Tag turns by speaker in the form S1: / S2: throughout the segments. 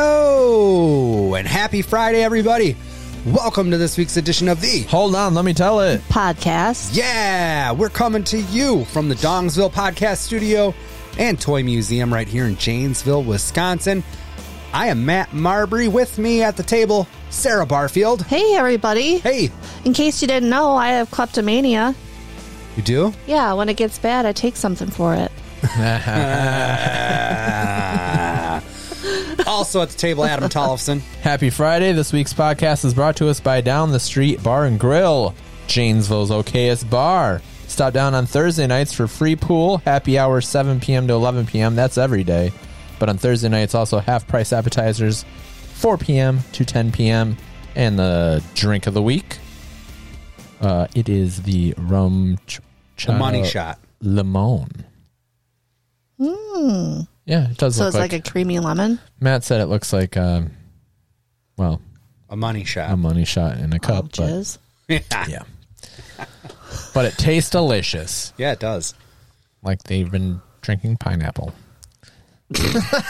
S1: Hello and happy Friday, everybody. Welcome to this week's edition of the
S2: Hold on, let me tell it.
S3: podcast.
S1: Yeah, we're coming to you from the Dongsville Podcast Studio and Toy Museum right here in Janesville, Wisconsin. I am Matt Marbury. With me at the table, Sarah Barfield.
S3: Hey, everybody.
S1: Hey,
S3: In case you didn't know, I have kleptomania.
S1: you do?
S3: Yeah, when it gets bad, I take something for it.
S1: Also at the table, Adam Tollefson.
S2: Happy Friday. This week's podcast is brought to us by Down the Street Bar and Grill, Janesville's okayest bar. Stop down on Thursday nights for free pool, happy hour 7 p.m. to 11 p.m. That's every day. But on Thursday nights, also half price appetizers, 4 p.m. to 10 p.m. And the drink of the week, uh, it is the rum ch-
S1: The
S2: Uh,
S1: money shot.
S2: Limon. Yeah, it does
S3: Hmm. So
S2: look
S3: it's like, a creamy lemon.
S2: Matt said it looks like, um, well,
S1: A money
S2: a
S1: shot.
S2: money shot in a
S3: Oh,
S2: cup. but
S3: jizz.
S2: yeah, but it tastes delicious,
S1: yeah, it does.
S2: like they've been drinking pineapple.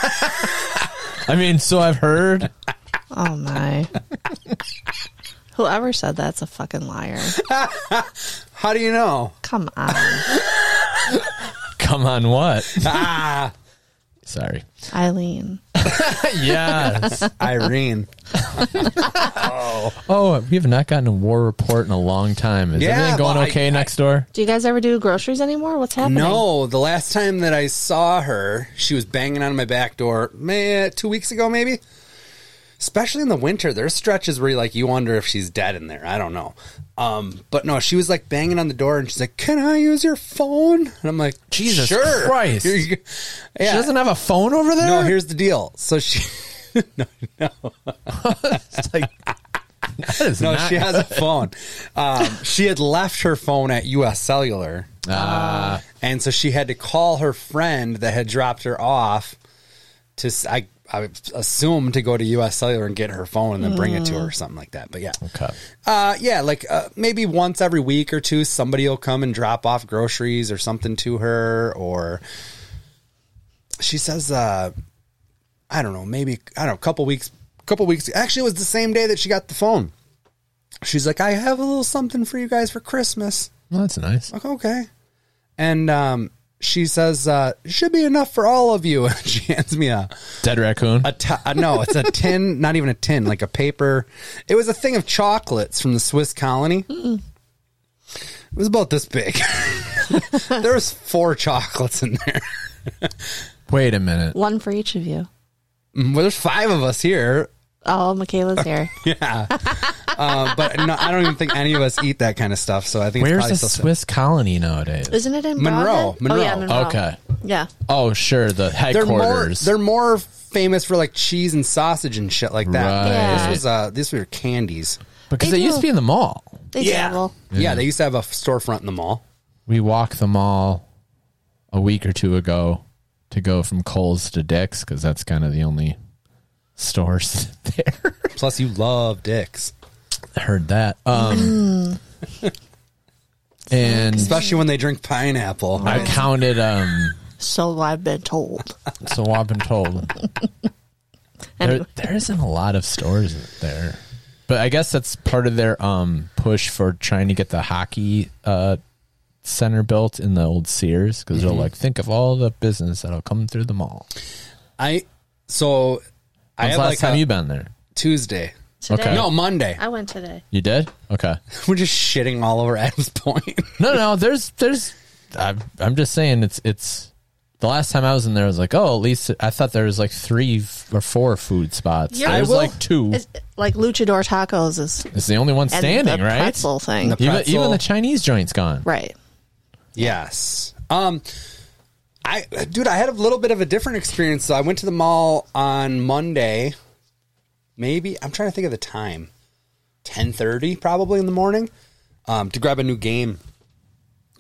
S2: I mean, so I've heard.
S3: Oh, my. Whoever said that's a fucking liar.
S1: How do you know?
S3: Come on,
S2: Come on, what?
S1: Ah,
S2: Sorry.
S3: Eileen.
S2: yes.
S1: Irene.
S2: Oh, we have not gotten a war report in a long time. Is
S1: Yeah,
S2: everything going
S1: well, I-
S2: okay next door?
S3: Do you guys ever do groceries anymore? What's happening?
S1: No, the last time that I saw her, she was banging on my back door, man, two weeks ago maybe. Especially in the winter, there's stretches where you like you wonder if she's dead in there. I don't know, um, but no, she was like banging on the door and she's like, "Can I use your phone?" And I'm like,
S2: Jesus
S1: sure.
S2: Christ.
S1: Here you go." Yeah.
S2: She doesn't have a phone over there.
S1: no, here's the deal. So she,
S2: It's like that is
S1: no,
S2: not.
S1: she has a phone. Um, she had left her phone at U.S. Cellular,
S2: Ah.
S1: and so she had to call her friend that had dropped her off to s- I, I assume to go to U.S. Cellular and get her phone and then bring it to
S2: Mm.
S1: her or something like that. But yeah,
S2: okay.
S1: uh, yeah, like uh, maybe once every week or two, somebody will come and drop off groceries or something to her, or she says, uh, I don't know, maybe I don't know, a couple weeks, couple weeks. Actually, it was the same day that she got the phone. She's like, I have a little something for you guys for Christmas.
S2: Well, that's nice.
S1: Like, okay. And um, she says, uh, should be enough for all of you. And she hands me a,
S2: Dead raccoon.
S1: a ti- uh, no, it's a tin, not even a tin, like a paper. It was a thing of chocolates from the Swiss colony. It was about this big. there was four chocolates in there.
S2: Wait a minute.
S3: One for each of you.
S1: Mm, Well, there's five of us here.
S3: Oh, Michaela's here.
S1: Yeah. Uh, but no, I don't even think any of us eat that kind of stuff. So I think
S2: Where's
S1: it's probably
S2: the
S1: still-
S2: Swiss colony nowadays?
S3: Isn't it in
S1: Monroe,
S3: Broadhead? Oh, yeah,
S1: Monroe.
S3: Monroe.
S2: Okay.
S3: Yeah.
S2: Oh, sure. The
S1: they're more,
S2: headquarters.
S1: they're more famous for like cheese and sausage and shit like that.
S2: Right.
S3: Yeah.
S1: This was uh, these were candies.
S2: because
S3: They
S2: it used to
S3: do.
S2: be in the mall.
S3: They travel.
S1: Yeah. they used to have a storefront in the mall.
S2: We walked the mall a week or two ago to go from Kohl's to Dick's because that's kind of the only stores there.
S1: Plus, you love dicks,
S2: Heard that. Um, and
S1: especially when they drink pineapple.
S2: I counted. Um,
S3: So I've been told.
S2: so I've been told. There,
S3: Anyway.
S2: there isn't a lot of stores there, but I guess that's part of their um, push for trying to get the hockey uh, center built in the old Sears because
S3: Mm-hmm.
S2: they're like, think of all the business that'll come through the mall.
S1: I so I had
S2: When's the last
S1: like
S2: time
S1: a
S2: you been there?
S1: Tuesday.
S3: Today.
S2: Okay.
S1: No, Monday.
S3: I went today.
S2: You did? Okay.
S1: We're just shitting all over Adam's point.
S2: No, no. There's, there's. I'm, I'm just saying it's, it's. The last time I was in there, I was like, oh, at least I thought there was like three f- or four food spots.
S3: Yeah, I
S2: There's
S3: will-
S2: like two.
S3: It's like luchador tacos is
S2: It's the only one
S3: and
S2: standing,
S3: the
S2: right?
S3: pretzel thing.
S1: The-
S2: Even,
S1: pretzel.
S2: even the Chinese joint's gone.
S3: right.
S1: Yes. Um I dude, I had a little bit of a different experience. So I went to the mall on Monday. Maybe I'm trying to think of the time. 10:30 probably in the morning um to grab a new game.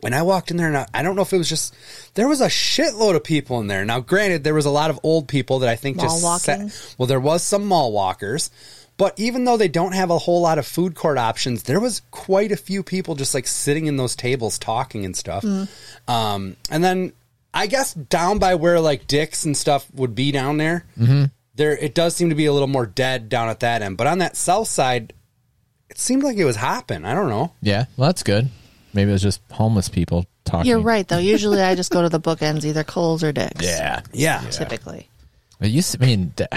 S1: And I walked in there and I, I don't know if it was just there was a shitload of people in there. Now granted there was a lot of old people that I think
S3: Mall
S1: just
S3: walking?
S1: sat- well there was some mall walkers. But even though they don't have a whole lot of food court options, there was quite a few people just like sitting in those tables talking and stuff. Um, and then I guess down by where like Dick's and stuff would be down there, there it does seem to be a little more dead down at that end. But on that south side, it seemed like it was hopping. I don't know.
S2: Yeah, well, that's good. Maybe it was just homeless people talking.
S3: You're right, though. Usually I just go to the bookends, either Coles or Dick's.
S2: Yeah,
S1: Yeah.
S3: Typically.
S2: it used to I mean. th-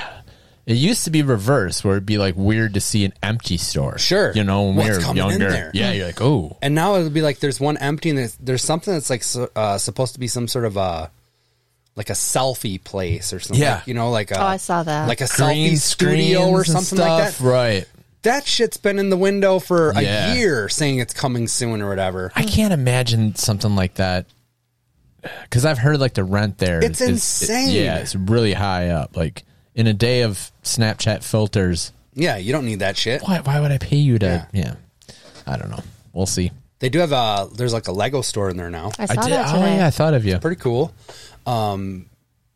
S2: It used to be reverse, where it'd be like weird to see an empty store.
S1: Sure.
S2: you know when we
S1: What's
S2: were
S1: coming in
S2: younger.
S1: there?
S2: Yeah, you're like, oh,
S1: And now it'll be like there's one empty and there's, there's something that's like so- uh, supposed to be some sort of a like a selfie place or something.
S2: Yeah.
S1: Like, you know, like a,
S3: Oh, I saw that.
S1: Like a
S2: green
S1: selfie studio or
S2: screens and
S1: something like
S2: stuff.
S1: that.
S2: Right.
S1: That shit's been in the window for
S2: Yeah.
S1: a year saying it's coming soon or whatever.
S2: I can't imagine something like that. Because I've heard like the rent there.
S1: It's
S2: is- it-
S1: insane.
S2: yeah, it's really high up. Like in a day of Snapchat filters,
S1: Yeah, you don't need that shit.
S2: why why would I pay you to? Yeah, I don't know. We'll see.
S1: They do have a there's like a Lego store in there now.
S3: I saw
S2: I
S3: that
S2: Oh
S3: today.
S2: yeah, I thought of you.
S1: Pretty cool.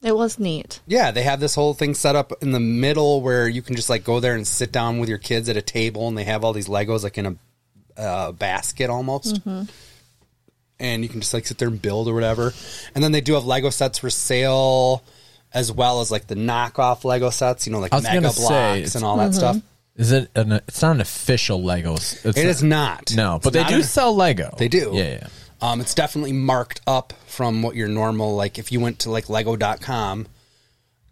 S3: It was neat.
S1: Yeah, they have this whole thing set up in the middle where you can just like go there and sit down with your kids at a table, and they have all these Legos like in a uh, basket almost, and you can just like sit there and build or whatever. And then they do have Lego sets for sale, as well as like the knockoff Lego sets, you know, like
S2: I was
S1: Mega
S2: gonna
S1: Blocks
S2: say, it's-
S1: and all that stuff.
S2: Is it? An, it's not an official Lego. It's
S1: It is not.
S2: No,
S1: It's
S2: but they
S1: not
S2: do
S1: an-
S2: sell Lego.
S1: They do.
S2: Yeah, yeah.
S1: Um, it's definitely marked up from what your normal like if you went to like lego.com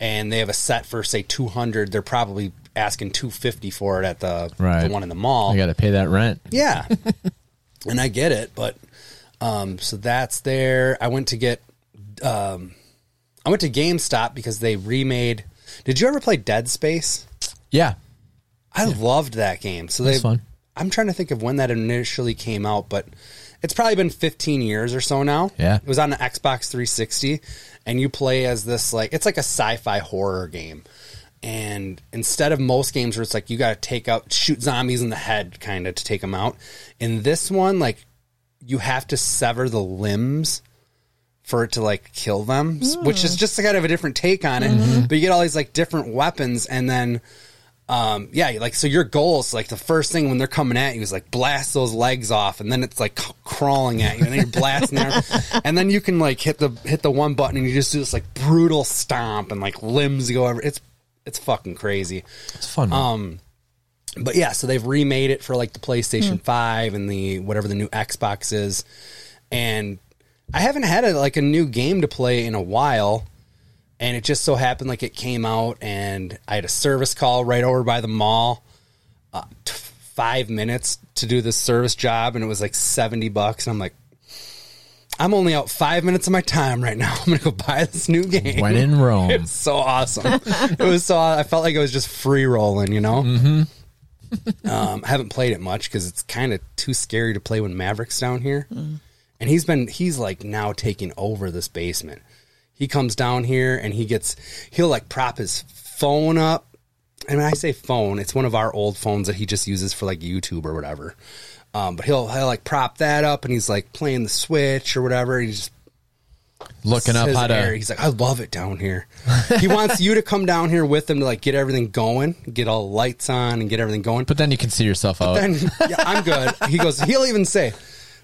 S1: and they have a set for say 200, they're probably asking 250 for it at the
S2: Right.
S1: the one in the mall.
S2: I got to pay that rent.
S1: yeah. and I get it, but um so that's there. I went to get um I went to GameStop because they remade Did you ever play Dead Space?
S2: Yeah,
S1: I loved that game. So they,
S2: That's fun.
S1: I'm trying to think of when that initially came out, but it's probably been 15 years or so now.
S2: Yeah.
S1: it was on the Xbox 360, and you play as this like it's like a sci-fi horror game. And instead of most games where it's like you got to take out shoot zombies in the head kind of to take them out, in this one like you have to sever the limbs for it to like kill them, s- which
S2: Hmm.
S1: is just kind of a different take on it.
S2: Mm-hmm.
S1: But you get all these like different weapons, and then um, yeah, like so your goal is like the first thing when they're coming at you is like blast those legs off, and then it's like c- crawling at you, and then you're blasting their and then you can like hit the hit the one button, and you just do this like brutal stomp, and like limbs go over. It's it's fucking crazy
S2: it's a fun. one.
S1: Um, but yeah, so they've remade it for like the PlayStation 5 and the whatever the new Xbox is. And I haven't had a, like a new game to play in a while. And it just so happened like it came out and I had a service call right over by the mall. Uh, t- 5 minutes to do this service job and it was like 70 bucks and I'm like I'm only out 5 minutes of my time right now. I'm going to go buy this new game.
S2: when in Rome.
S1: It's so awesome. it was so I felt like it was just free rolling, you know. Mm-hmm. um, I haven't played it much because it's kind of too scary to play when Maverick's down here, and he's been he's like now taking over this basement. He comes down here and he gets he'll like prop his phone up. And when I say phone, it's one of our old phones that he just uses for like YouTube or whatever. Um, but he'll he'll like prop that up and he's like playing the Switch or whatever. He's just
S2: Looking up
S1: his
S2: how to.
S1: air. He's like, I love it down here. he wants you to come down here with him to like get everything going, get all the lights on, and get everything going. But
S2: But then you can see yourself out.
S1: then yeah, I'm good. He goes. He'll even say,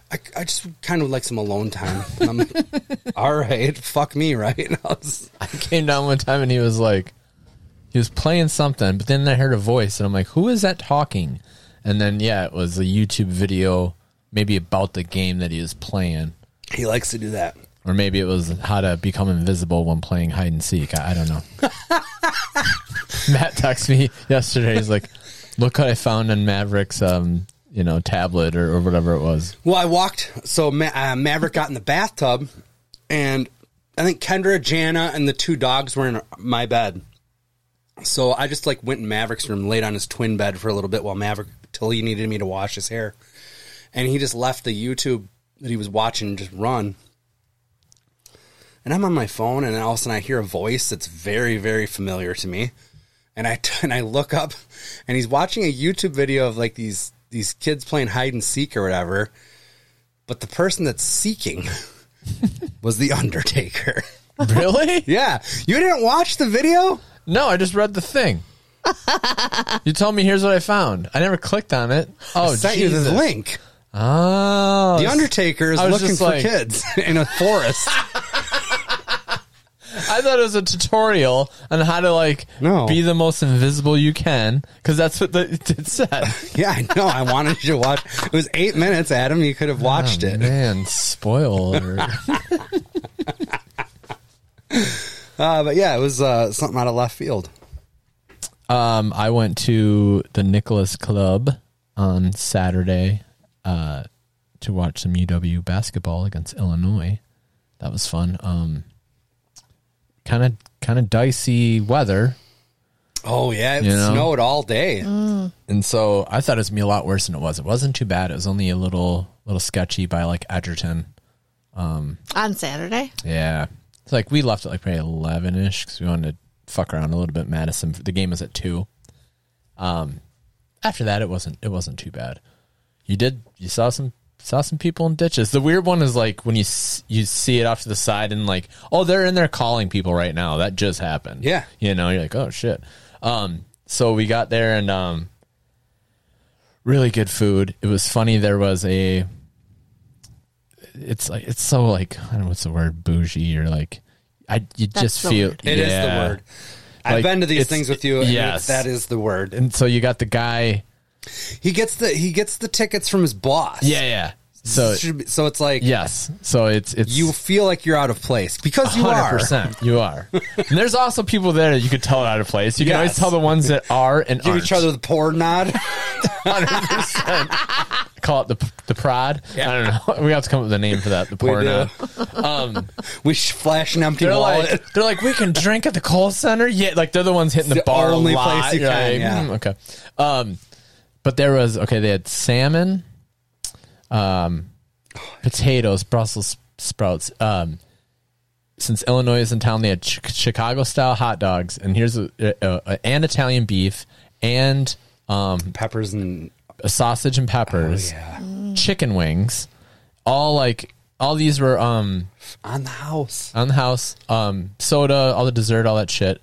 S1: I, I just kind of like some alone time. And I'm like, all right, fuck me, right? And I was-
S2: I came down one time and he was like, he was playing something, but then I heard a voice and I'm like, who is that talking? And then, yeah, it was a YouTube video, maybe about the game that he was playing,
S1: he likes to do that.
S2: or maybe it was how to become invisible when playing hide and seek. I, I don't know. Matt texted me yesterday. He's like, look what I found on Maverick's, um, you know, tablet or, or whatever it was.
S1: Well, I walked. So Ma- uh, Maverick got in the bathtub, and I think Kendra, Jana, and the two dogs were in my bed. So I just like went in Maverick's room, laid on his twin bed for a little bit while Maverick till he needed me to wash his hair, and he just left the YouTube that he was watching just run. And I'm on my phone, and then all of a sudden I hear a voice that's very, very familiar to me and I and I look up, and he's watching a YouTube video of like these these kids playing hide and seek or whatever. But the person that's seeking was the Undertaker.
S2: Really?
S1: yeah, you didn't watch the video.
S2: No, I just read the thing. you told me here's what I found. I never clicked on it. Oh,
S1: I sent you
S2: Jesus.
S1: the link.
S2: Oh,
S1: The Undertaker is
S2: I was
S1: looking
S2: just
S1: for
S2: like-
S1: kids in a forest.
S2: I thought it was a tutorial on how to like
S1: No.
S2: be the most invisible you can because that's what the, it said.
S1: Yeah, I know. I wanted you to watch. It was eight minutes, Adam. You could have watched it.
S2: Man, spoiler.
S1: Uh, but yeah, it was uh, something out of left field.
S2: um, I went to the Nicholas Club on Saturday uh, to watch some UW basketball against Illinois. That was fun. Um, kind of kind of dicey weather.
S1: Oh yeah, it
S2: You know?
S1: snowed all day.
S2: And so I thought it was gonna be a lot worse than it was. It wasn't too bad. It was only a little little sketchy by like Edgerton.
S3: On Saturday?
S2: Yeah, it's like we left at like probably eleven ish because we wanted to fuck around a little bit. Madison, the game was at two. Um, after that, it wasn't it wasn't too bad. You did you saw some saw some people in ditches. The weird one is like when you s- you see it off to the side and like oh they're in there calling people right now. That just happened.
S1: Yeah.
S2: you know you're like oh shit. Um, so we got there and um, really good food. It was funny. There was a it's like it's so like I don't know what's the word bougie or like I you just
S3: the
S2: feel
S3: word.
S1: It is
S2: yeah.
S1: the word. I've
S2: Like,
S1: been to these
S2: it's-
S1: things with you. And
S2: yes.
S1: yes, that is the word.
S2: And so you got the guy.
S1: He gets the he gets the tickets from his boss.
S2: Yeah, yeah. So
S1: Should be- so it's like
S2: yes, so it's it's
S1: you feel like you're out of place because you
S2: hundred
S1: are.
S2: percent you are. and there's also people there that you could tell are out of place. You can always
S1: Yes.
S2: tell the ones that are and
S1: Give
S2: aren't.
S1: each other the poor nod.
S2: Call it the the prod. I don't know. We have to come up with a name for that. The porno.
S1: we sh- flash an empty
S2: They're
S1: wallet.
S2: like, they're like, we can drink at the call center. Yeah, like they're the ones hitting the,
S1: the
S2: bar
S1: only
S2: a lot.
S1: place you
S2: You're
S1: can,
S2: like,
S1: yeah.
S2: "Hmm, okay. Um, but there was okay. They had salmon, um, potatoes, Brussels sprouts. Um, since Illinois is in town, they had ch- Chicago style hot dogs, and here's a, a, a, and Italian beef, and um,
S1: Peppers and oh,
S2: a sausage and peppers,
S1: yeah,
S2: chicken wings, all like all these were um
S1: on the house.
S2: on the house, um, soda, all the dessert, all that shit.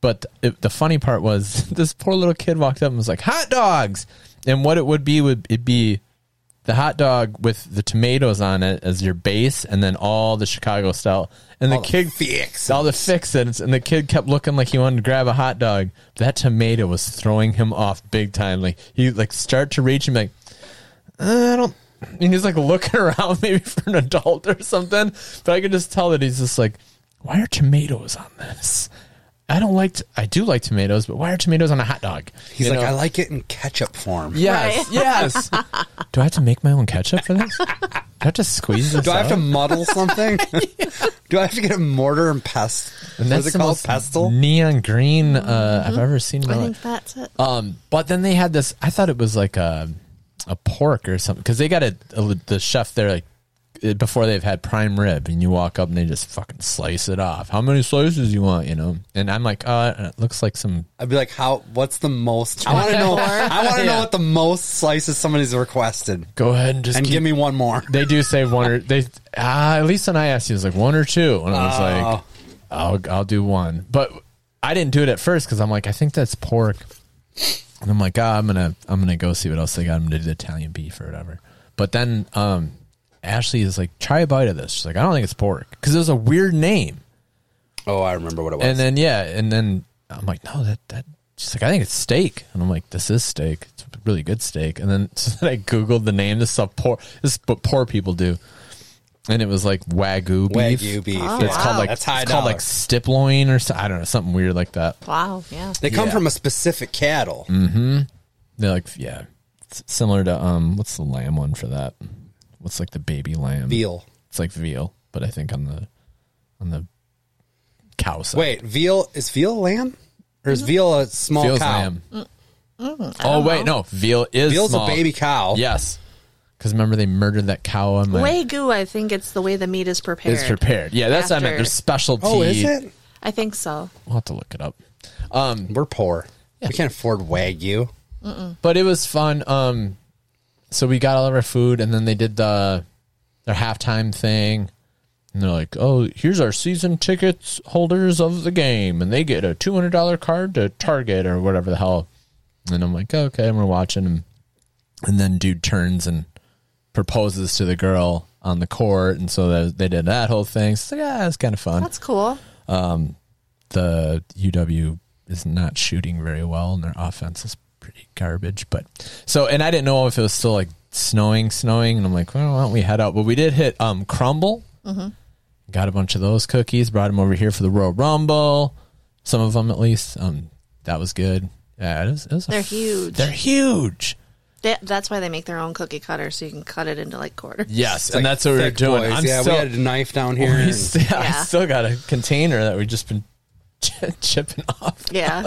S2: But it, the funny part was this poor little kid walked up and was like, "Hot dogs!" And what it would be would it be the hot dog with the tomatoes on it as your base, and then all the Chicago style. And the kid
S1: fix.
S2: all the fixins, and the kid kept looking like he wanted to grab a hot dog. That tomato was throwing him off big time. Like he like start to reach and be like, "Uh, I don't. And he's like looking around, maybe for an adult or something. But I can just tell that he's just like, why are tomatoes on this? I don't like. T- I do like tomatoes, but why are tomatoes on a hot dog?
S1: He's
S2: You
S1: like,
S2: know?
S1: I like it in ketchup form.
S2: yes, yes. Do I have to make my own ketchup for this? Do I have to squeeze this?
S1: Do I have
S2: out?
S1: to muddle something? Do I have to get a mortar and pest?
S2: And
S1: What
S2: that's
S1: is it
S2: the
S1: called?
S2: most
S1: Pestle?
S2: neon green uh, I've ever seen. in my
S3: Mm-hmm. I
S2: life.
S3: think that's it.
S2: Um, but then they had this. I thought it was like a a pork or something because they got a, a- the chef there like eh, before they've had prime rib, and you walk up and they just fucking slice it off. How many slices you want? You know, and I'm like, uh, it looks like some.
S1: I'd be like, how? What's the most? I want to know. I want to
S2: Yeah.
S1: know what the most slices somebody's requested,
S2: Go ahead and just
S1: and
S2: keep-
S1: give me one more.
S2: They do say one or they. Uh, at least when I asked you, it was like one or two, and I was like, I'll I'll do one, but I didn't do it at first because I'm like, I think that's pork, and I'm like, ah, I'm gonna I'm gonna go see what else they got. I'm gonna do the Italian beef or whatever. But then um, Ashley is like, try a bite of this. She's like, I don't think it's pork because it was a weird name.
S1: Oh, I remember what it was.
S2: And then yeah, and then I'm like, no, that that. She's like, I think it's steak, and I'm like, this is steak. It's a really good steak. And then, so then I googled the name. This is how poor. This is what poor people do. And it was like wagyu beef.
S1: Wagyu beef.
S3: Oh,
S1: yeah.
S2: It's called like
S1: That's high
S2: it's called
S1: dollar.
S2: like stip loin or so, I don't know something weird like that.
S3: wow. Yeah.
S1: they come
S2: yeah. Mm.
S1: from a specific cattle.
S2: They're like yeah, it's similar to um what's the lamb one for that? What's like the baby lamb?
S1: Veal.
S2: It's like veal, but I think on the on the cow side.
S1: Wait, veal is veal lamb, or is veal a small
S2: veal's
S1: cow?
S2: lamb. oh wait, no, veal is
S1: Veal's
S2: small.
S1: a baby cow.
S2: Yes, because remember they murdered that cow on my.
S3: Wagyu, I think it's the way the meat is prepared.
S2: It's prepared. Yeah, that's what I meant.
S3: After-
S2: There's specialty.
S1: Oh, is it?
S3: I think so.
S2: We'll have to look it up.
S1: We're poor. We can't afford wagyu.
S2: but it was fun. Um, so we got all of our food, and then they did the their halftime thing, and they're like, "Oh, here's our season tickets holders of the game, and they get a two hundred dollar card to Target or whatever the hell." And I'm like, "Okay," and we're watching, and, and then dude turns and proposes to the girl on the court, and so they, they did that whole thing. So yeah, it's kind of fun.
S3: That's cool.
S2: Um, the UW is not shooting very well, and their offense is pretty garbage. But so, and I didn't know if it was still like snowing, snowing, and I'm like, well, why don't we head out? But we did hit um, Crumble.
S3: Mm-hmm.
S2: Got a bunch of those cookies. Brought them over here for the Royal Rumble. Some of them, at least. Um, that was good. Yeah, it was. It was a
S3: They're huge.
S2: They're huge.
S3: They, that's why they make their own cookie cutter, so you can cut it into like quarters.
S2: Yes,
S1: It's
S2: and
S1: like
S2: that's what we we're
S1: thick
S2: doing.
S1: boys.
S2: I'm
S1: yeah,
S2: still,
S1: we had a knife down here.
S2: we
S1: and-
S2: still- I
S3: Yeah.
S2: still got a container that we've just been chipping off.
S3: Yeah,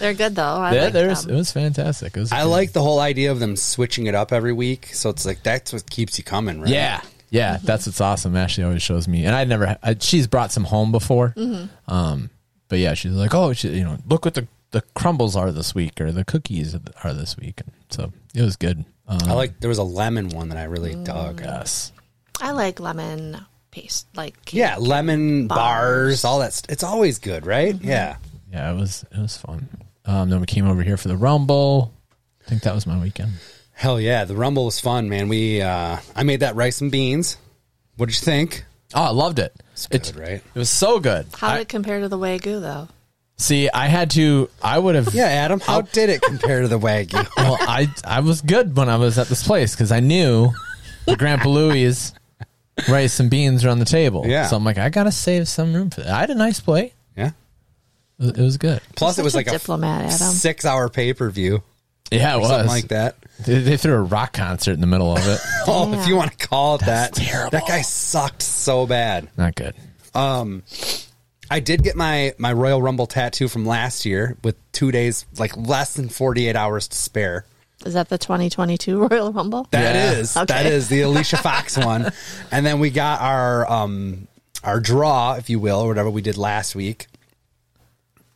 S3: they're good though. I
S2: Yeah,
S3: like
S2: there's
S3: them.
S2: it was fantastic. It was
S1: I like the whole idea of them switching it up every week. So it's like that's what keeps you coming, right?
S2: Yeah. Yeah,
S1: Mm-hmm.
S2: that's what's awesome. Ashley always shows me, and I never. ha- I, she's brought some home before,
S1: Mm-hmm.
S2: um, but yeah, she's like, "Oh, she, you know, look what the the crumbles are this week, or the cookies are this week." And so it was good. Um,
S1: I like there was a lemon one that I really
S3: Mm.
S1: dug.
S2: yes,
S3: I like lemon paste, like cake.
S1: Yeah, lemon bars,
S3: Bars. Mm-hmm.
S1: all that. St- it's always good, right? Yeah.
S2: yeah, it was it was fun. Um, then we came over here for the rumble. I think that was my weekend.
S1: Hell yeah, the rumble was fun, man. We uh I made that rice and beans. What did you think?
S2: Oh, I loved it.
S1: It's good,
S2: It,
S1: right?
S2: it was so good.
S3: How
S2: I-
S3: did it compare to the wagyu though?
S2: see, I had to. I would have.
S1: Yeah, Adam, how did it compare to the wagyu?
S2: well, I I was good when I was at this place because I knew the Grandpa Louie's rice and beans are on the table.
S1: Yeah.
S2: So I'm like, I gotta save some room for that. I had a nice plate.
S1: Yeah.
S2: It was- it was good.
S1: Plus, it was
S3: Such
S1: like
S3: a
S1: a
S3: diplomat, Adam.
S1: six-hour pay-per-view,
S2: Yeah, it was.
S1: something like that.
S2: They, they threw a rock concert in the middle of it.
S1: Oh, if
S3: Damn.
S1: you want to call it
S2: That's
S1: that,
S2: terrible.
S1: that guy sucked so bad.
S2: Not good.
S1: I did get my my Royal Rumble tattoo from last year with two days, like less than forty eight hours to spare.
S3: Is that the 2022 Royal Rumble?
S1: That
S2: Yeah.
S1: is
S3: Okay.
S1: that is the Alicia Fox one, and then we got our um our draw, if you will, or whatever we did last week.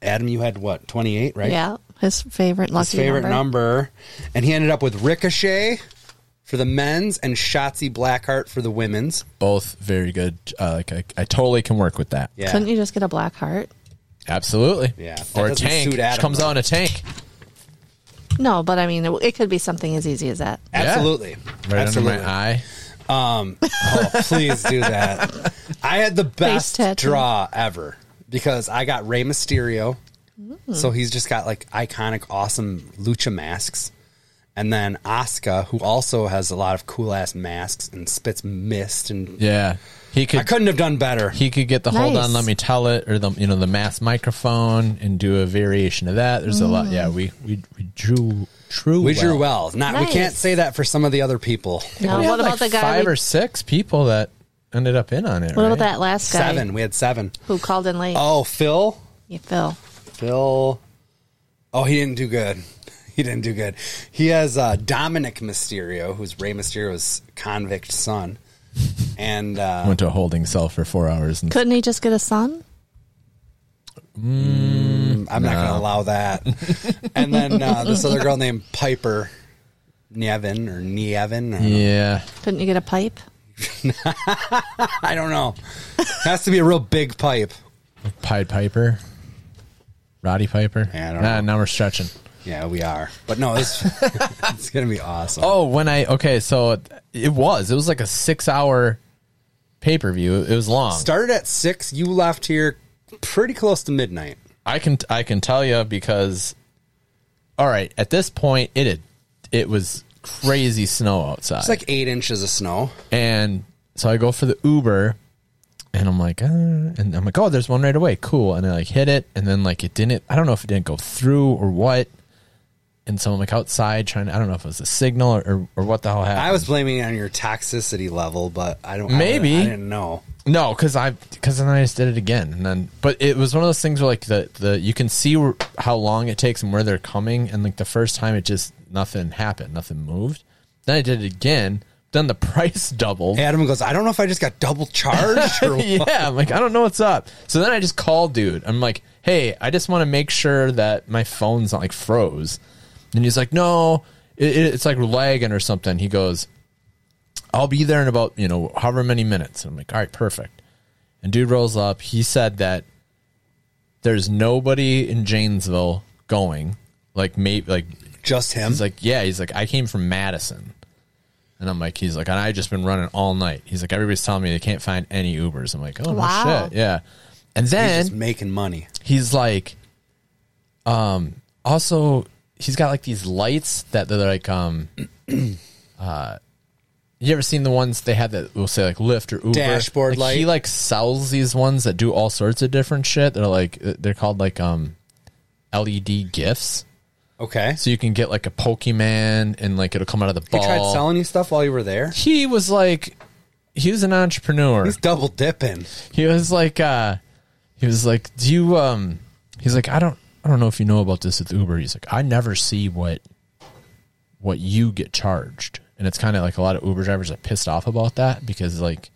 S1: Adam, you had what twenty eight, right?
S3: yeah, his favorite lucky
S1: His favorite
S3: number.
S1: number. and he ended up with Ricochet for the men's and Shotzi Blackheart for the women's.
S2: Both very good. Uh, like I, I totally can work with that.
S1: Yeah,
S3: Couldn't you just get a black heart?
S2: Absolutely.
S1: Yeah, that
S2: Or a
S1: doesn't
S2: tank.
S1: suit Adam,
S2: She comes
S1: though.
S2: on a tank.
S3: No, but I mean, it, it could be something as easy as that.
S1: absolutely,
S2: Right
S1: absolutely.
S2: under my eye.
S1: Oh, please do that. I had the best
S3: tattoo.
S1: draw ever because I got Rey Mysterio. So he's just got like iconic, awesome lucha masks. And then Asuka, who also has a lot of cool ass masks and spits mist. And
S2: Yeah. He could
S1: I couldn't have done better.
S2: he could get the hold
S3: Nice.
S2: on let me tell it or the you know the mass microphone and do a variation of that there's a lot yeah we we, we drew true
S1: We drew well. Not we can't
S3: Nice.
S1: say that for some of the other people.
S3: Now, what about the guy?
S2: five
S3: we-
S2: or six people that ended up in on it
S3: what
S2: right?
S3: about that last guy
S1: Seven. We had seven.
S3: who called in late?
S1: Oh, Phil.
S3: You Phil.
S1: Phil. Oh, he didn't do good. He didn't do good. He has uh, Dominic Mysterio, who's Rey Mysterio's convict son, and uh,
S2: went to a holding cell for four hours and
S3: Couldn't he just get a son?
S1: I'm not going to allow that. and then uh, this other girl named Piper Nievin or Nievin. Or,
S2: yeah
S3: Couldn't you get a pipe?
S1: I don't know. Has to be a real big pipe.
S2: pied piper roddy piper
S1: Yeah, I don't
S2: nah,
S1: know.
S2: now we're stretching
S1: Yeah, we are. But no, it's, it's going to be awesome.
S2: oh when i okay so it was it was like a six hour pay-per-view it was long
S1: Started at six. You left here pretty close to midnight.
S2: I can I can tell you because all right, at this point it had, it was crazy snow outside.
S1: It's like eight inches of snow.
S2: and so I go for the Uber and I'm like, uh, and I'm like, oh, there's one right away. Cool. And I like hit it and then like it didn't I don't know if it didn't go through or what. And so I'm like outside trying to I don't know if it was a signal or, or, or what the hell happened.
S1: I was blaming it on your toxicity level, but I don't. I
S2: Maybe.
S1: didn't- I, didn't know.
S2: No, because I because then I just did it again, and then but it was one of those things where like the the you can see where, how long it takes and where they're coming, and like the first time it just nothing happened, nothing moved. Then I did it again. Then the price doubled. Yeah,
S1: Adam goes. I don't know if I just got double charged. Or what."
S2: I'm like I don't know what's up. So then I just called dude. I'm like, hey, I just want to make sure that my phone's not like froze. And he's like, no, it, it- it's like lagging or something. He goes, I'll be there in about you know however many minutes. And I'm like, all right, perfect. And dude rolls up. He said that there's nobody in Janesville going. Like maybe like
S1: Just him.
S2: he's like yeah. He's like I came from Madison, and I'm like he's like and I just been running all night. He's like everybody's telling me they can't find any Ubers. I'm like oh no
S3: Wow.
S2: shit yeah. And
S1: He's
S2: then
S1: just making money.
S2: he's like um also he's got like these lights that they're like um uh you ever seen the ones they had that will say like Lyft or Uber
S1: Dashboard
S2: like,
S1: light.
S2: He like sells these ones that do all sorts of different shit. They're like they're called like um LED gifts.
S1: Okay.
S2: So you can get like a Pokemon and like it'll come out of the
S1: He
S2: ball.
S1: tried selling you stuff while you were there.
S2: He was like he was an entrepreneur
S1: He's double dipping.
S2: he was like uh he was like do you um he's like i don't i don't know if you know about this with uber he's like i never see what what you get charged and it's kind of like a lot of uber drivers are pissed off about that because like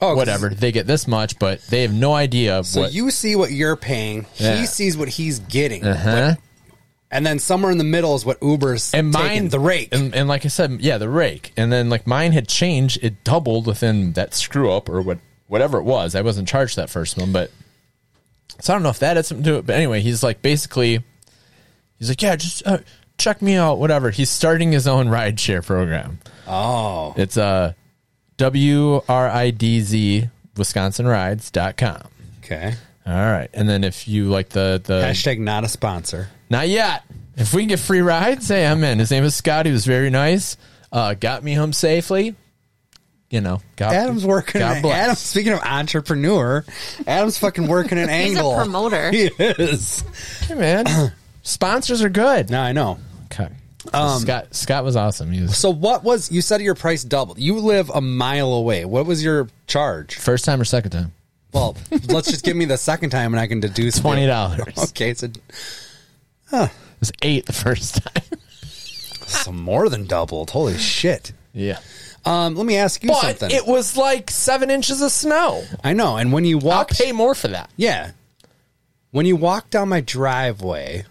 S1: Oh, 'cause-
S2: whatever they get this much but they have no idea
S1: So
S2: what
S1: you see what you're paying.
S2: Yeah.
S1: He sees what he's getting.
S2: uh-huh.
S1: And then somewhere in the middle is what Uber's
S2: and mine
S1: taking, the rate.
S2: and, and like i said yeah the rake and then like mine had changed it doubled within that screw up or what whatever it was i wasn't charged that first one but so i don't know if that had something to do with it but anyway he's like basically he's like yeah just uh, check me out whatever he's starting his own ride share program
S1: oh.
S2: it's uh w-r-i-d-z wisconsinrides.com
S1: Okay.
S2: all right and then if you like the the
S1: Hashtag not a sponsor.
S2: not yet. If we can get free rides, hey, I'm in. His name is Scott. He was very nice. Uh, got me home safely. You know, got,
S1: Adam's working.
S2: God
S1: An,
S2: bless.
S1: Adam, speaking of entrepreneur, Adam's fucking working an
S3: He's
S1: angle.
S3: a promoter.
S1: He is.
S2: Hey, man. Sponsors are good.
S1: No, Um, I know.
S2: Okay. Scott Scott was awesome. He was
S1: So what was you said your price doubled? You live a mile away. What was your charge?
S2: first time or second time?
S1: Well, let's just give me the second time and I can deduce
S2: Twenty dollars.
S1: Okay, so
S2: It was eight the first time.
S1: so more than doubled. Holy shit.
S2: yeah.
S1: Um, let me ask you
S2: But
S1: something.
S2: it was like seven inches of snow.
S1: I know, and when you
S2: I'll
S1: walked
S2: pay more for that.
S1: Yeah. When you walked down my driveway,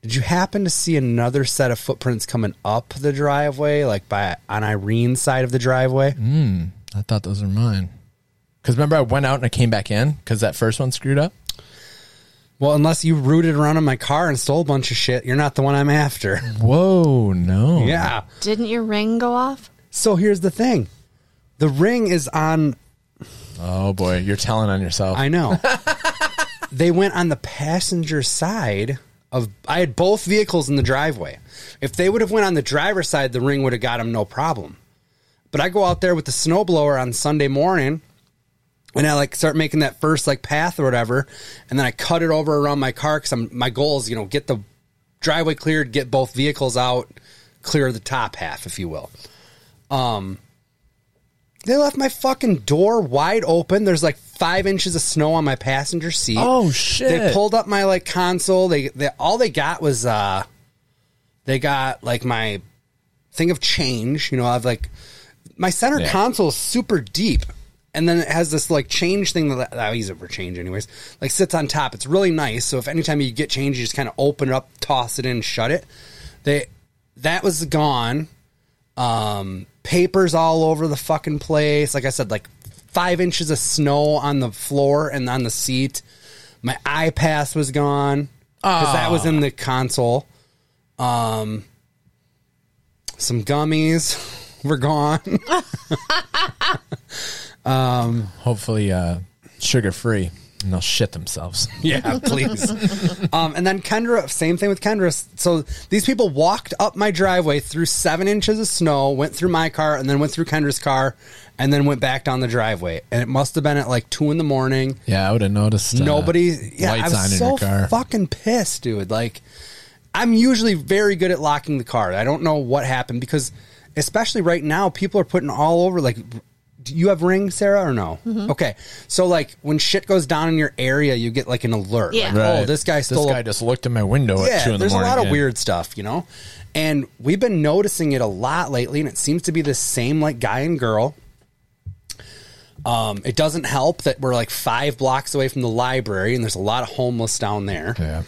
S1: did you happen to see another set of footprints coming up the driveway, like by on Irene's side of the driveway?
S2: Mm-hmm. I thought those were mine. Because remember, I went out and I came back in because that first one screwed up.
S1: Well, unless you rooted around in my car and stole a bunch of shit, you're not the one I'm after.
S2: Whoa, no.
S1: yeah.
S3: Didn't your ring go off?
S1: So here's the thing. The ring is on
S2: Oh boy, you're telling on yourself.
S1: I know. they went on the passenger side of. I had both vehicles in the driveway. If they would have went on the driver's side, the ring would have got them no problem. But I go out there with the snowblower on Sunday morning, and I like start making that first like path or whatever, and then I cut it over around my car because I'm my goal is you know get the driveway cleared, get both vehicles out, clear the top half, if you will. Um, They left my fucking door wide open. There's like five inches of snow on my passenger seat.
S2: Oh, shit.
S1: They pulled up my like console. They, they all they got was uh, they got like my thing of change. You know, I've like my center
S2: Yeah.
S1: console is super deep, and then it has this like change thing that I use it for change anyways. Like sits on top. It's really nice. So if anytime you get change, you just kind of open it up, toss it in, shut it. They that was gone um, papers all over the fucking place. Like I said, like five inches of snow on the floor and on the seat. My iPass was gone because that was in the console. Um, some gummies were gone.
S2: Hopefully, uh, sugar free, and they'll shit themselves.
S1: yeah, please. um, and then Kendra, same thing with Kendra. So these people walked up my driveway through seven inches of snow, went through my car, and then went through Kendra's car, and then went back down the driveway. And it must have been at like two in the morning.
S2: Yeah, I would have noticed. uh,
S1: Nobody, yeah, I
S2: lights on
S1: was
S2: in
S1: so
S2: your car.
S1: fucking pissed, dude. Like, I'm usually very good at locking the car. I don't know what happened because, especially right now, people are putting all over. Like, do you have Ring, Sarah, or no? Okay, so like when shit goes down in your area, you get like an alert.
S3: Yeah.
S1: Like, oh, this guy stole.
S2: This
S1: a-
S2: guy just looked in my window at
S1: yeah,
S2: two in the
S1: there's
S2: morning.
S1: a lot of
S2: yeah.
S1: weird stuff, you know. And we've been noticing it a lot lately, and it seems to be the same like guy and girl. Um, it doesn't help that we're like five blocks away from the library, and there's a lot of homeless down there.
S2: Yeah.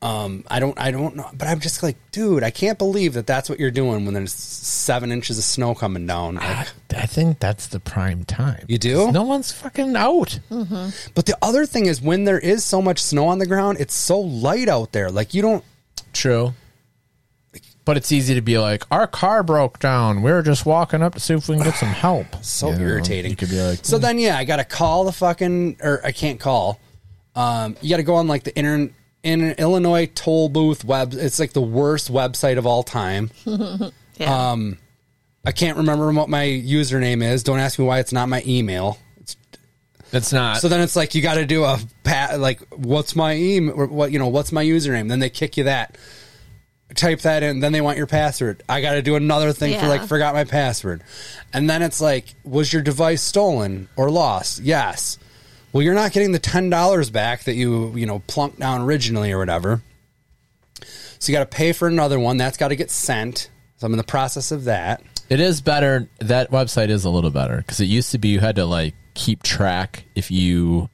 S1: Um, I don't, I don't know, but I'm just like, dude, I can't believe that that's what you're doing when there's seven inches of snow coming down. Like,
S2: I think that's the prime time.
S1: You do?
S2: No one's fucking out. Ah.
S1: but the other thing is, when there is so much snow on the ground, it's so light out there. Like you don't,
S2: True. But it's easy to be like, our car broke down. We were just walking up to see if we can get some help.
S1: So
S2: You know,
S1: irritating.
S2: You could be like,
S1: so then yeah, I got to call the fucking or I can't call. Um, you got to go on like the inter in Illinois toll booth web. It's like the worst website of all time. Um,
S3: Yeah.
S1: I can't remember what my username is. Don't ask me why it's not my email. It's,
S2: that's not.
S1: so then it's like you got to do a pat like what's my email or what you know what's my username. Then they kick you that. Type that in, then they want your password. I got to do another thing for
S3: Yeah.
S1: like forgot my password, and then it's like, was your device stolen or lost? Yes. Well, you're not getting the ten dollars back that you you know plunked down originally or whatever. So you got to pay for another one. That's got to get sent. So I'm in the process of that.
S2: It is better. That website is a little better because it used to be you had to like keep track if you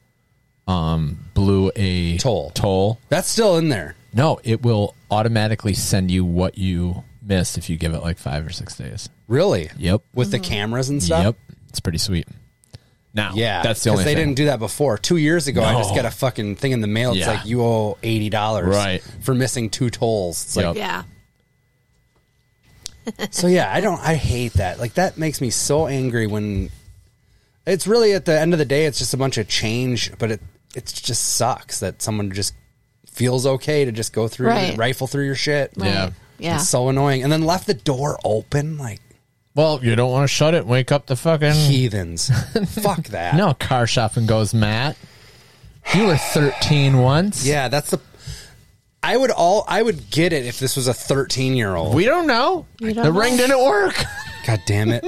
S2: um blew a
S1: Toll.
S2: Toll.
S1: That's still in there.
S2: No, it will automatically send you what you missed if you give it like five or six days.
S1: Really?
S2: Yep.
S1: With the cameras and stuff.
S2: Yep. It's pretty sweet. Now,
S1: Yeah,
S2: that's the
S1: 'cause
S2: only
S1: they
S2: thing.
S1: didn't do that before. Two years ago, I just
S2: No.
S1: got a fucking thing in the mail. It's
S2: Yeah.
S1: like you owe eighty dollars
S2: Right.
S1: for missing two tolls. It's like,
S2: Yep.
S3: yeah.
S1: so yeah, I don't. I hate that. Like that makes me so angry when it's really at the end of the day, it's just a bunch of change. But it it just sucks that someone just feels okay to just go through
S3: Right.
S1: rifle through your shit.
S3: Right.
S2: Yeah.
S3: Yeah.
S1: It's so annoying. And then left the door open like
S2: Well, you don't want to shut it. and Wake up the fucking
S1: heathens. Fuck that.
S2: no car shopping goes Matt. You were thirteen once.
S1: Yeah, that's the. I would all I would get it if this was a 13 year old.
S2: We don't know.
S3: You don't
S2: the ring
S3: know.
S2: didn't work.
S1: God damn it!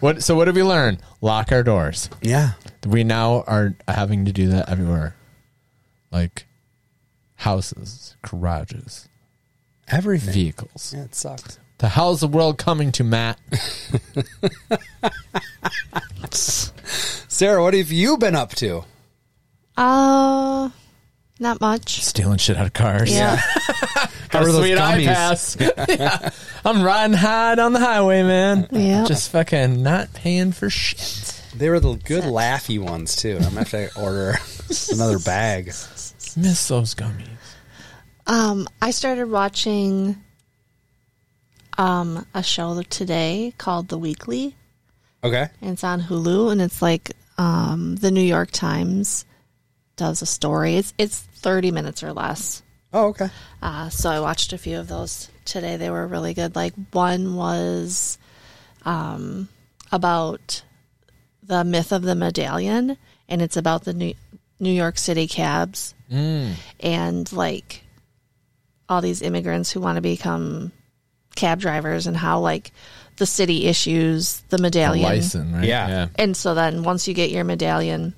S2: What? So what did we learn? Lock our doors.
S1: Yeah,
S2: We now are having to do that everywhere, like houses, garages,
S1: everything.
S2: vehicles.
S1: Yeah, it sucks.
S2: The hell's the world coming to, Matt?
S1: Sarah, what have you been up to?
S3: Uh, not much.
S2: Stealing shit out of cars.
S3: Yeah.
S1: How are those
S2: Sweet eye
S1: gummies?
S2: pass. Yeah. I'm riding high on the highway, man.
S3: Yeah.
S2: Just fucking not paying for shit.
S1: They were the good laughy ones too. I'm gonna have to order another bag.
S2: Miss those gummies.
S3: Um, I started watching um a show today called The Weekly,
S1: Okay.
S3: and it's on Hulu, and it's like um the New York Times does a story. It's it's thirty minutes or less.
S1: Oh, okay.
S3: Uh, so I watched a few of those today. They were really good. Like one was um, about the myth of the medallion, and it's about the New, New York City cabs and like all these immigrants who want to become cab drivers and how like the city issues the
S2: A
S3: medallion
S2: license, right?
S1: Yeah.
S3: and so then once you get your medallion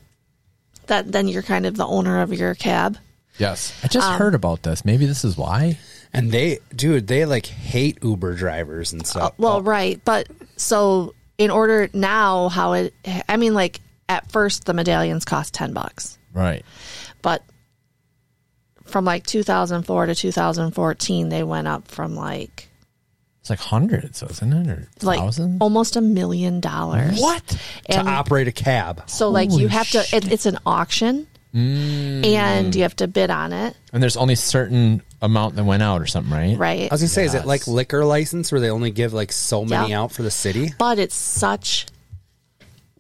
S3: that then you're kind of the owner of your cab
S2: Yes. I
S3: Um,
S2: just heard about this. Maybe this is why.
S1: And they, dude, they like hate Uber drivers and stuff.
S3: Uh, Well,
S2: Oh.
S3: right, but so in order now, how it? I mean, like at first the medallions cost ten bucks,
S2: Right.
S3: but from like 2004 to 2014, they went up from like
S2: It's like hundreds, isn't it? Or
S3: like
S2: thousands?
S3: almost a million dollars.
S2: What?
S1: to
S3: And
S1: operate a cab.
S3: so, like,
S2: Holy Mm.
S3: you have to. It, it's an auction, and you have to bid on it,
S2: And there's only certain amount that went out or something, right?
S3: right?
S1: I was gonna say, is it
S2: Yes.
S1: like liquor license where they only give like so many
S3: Yeah.
S1: out for the city?
S3: but it's such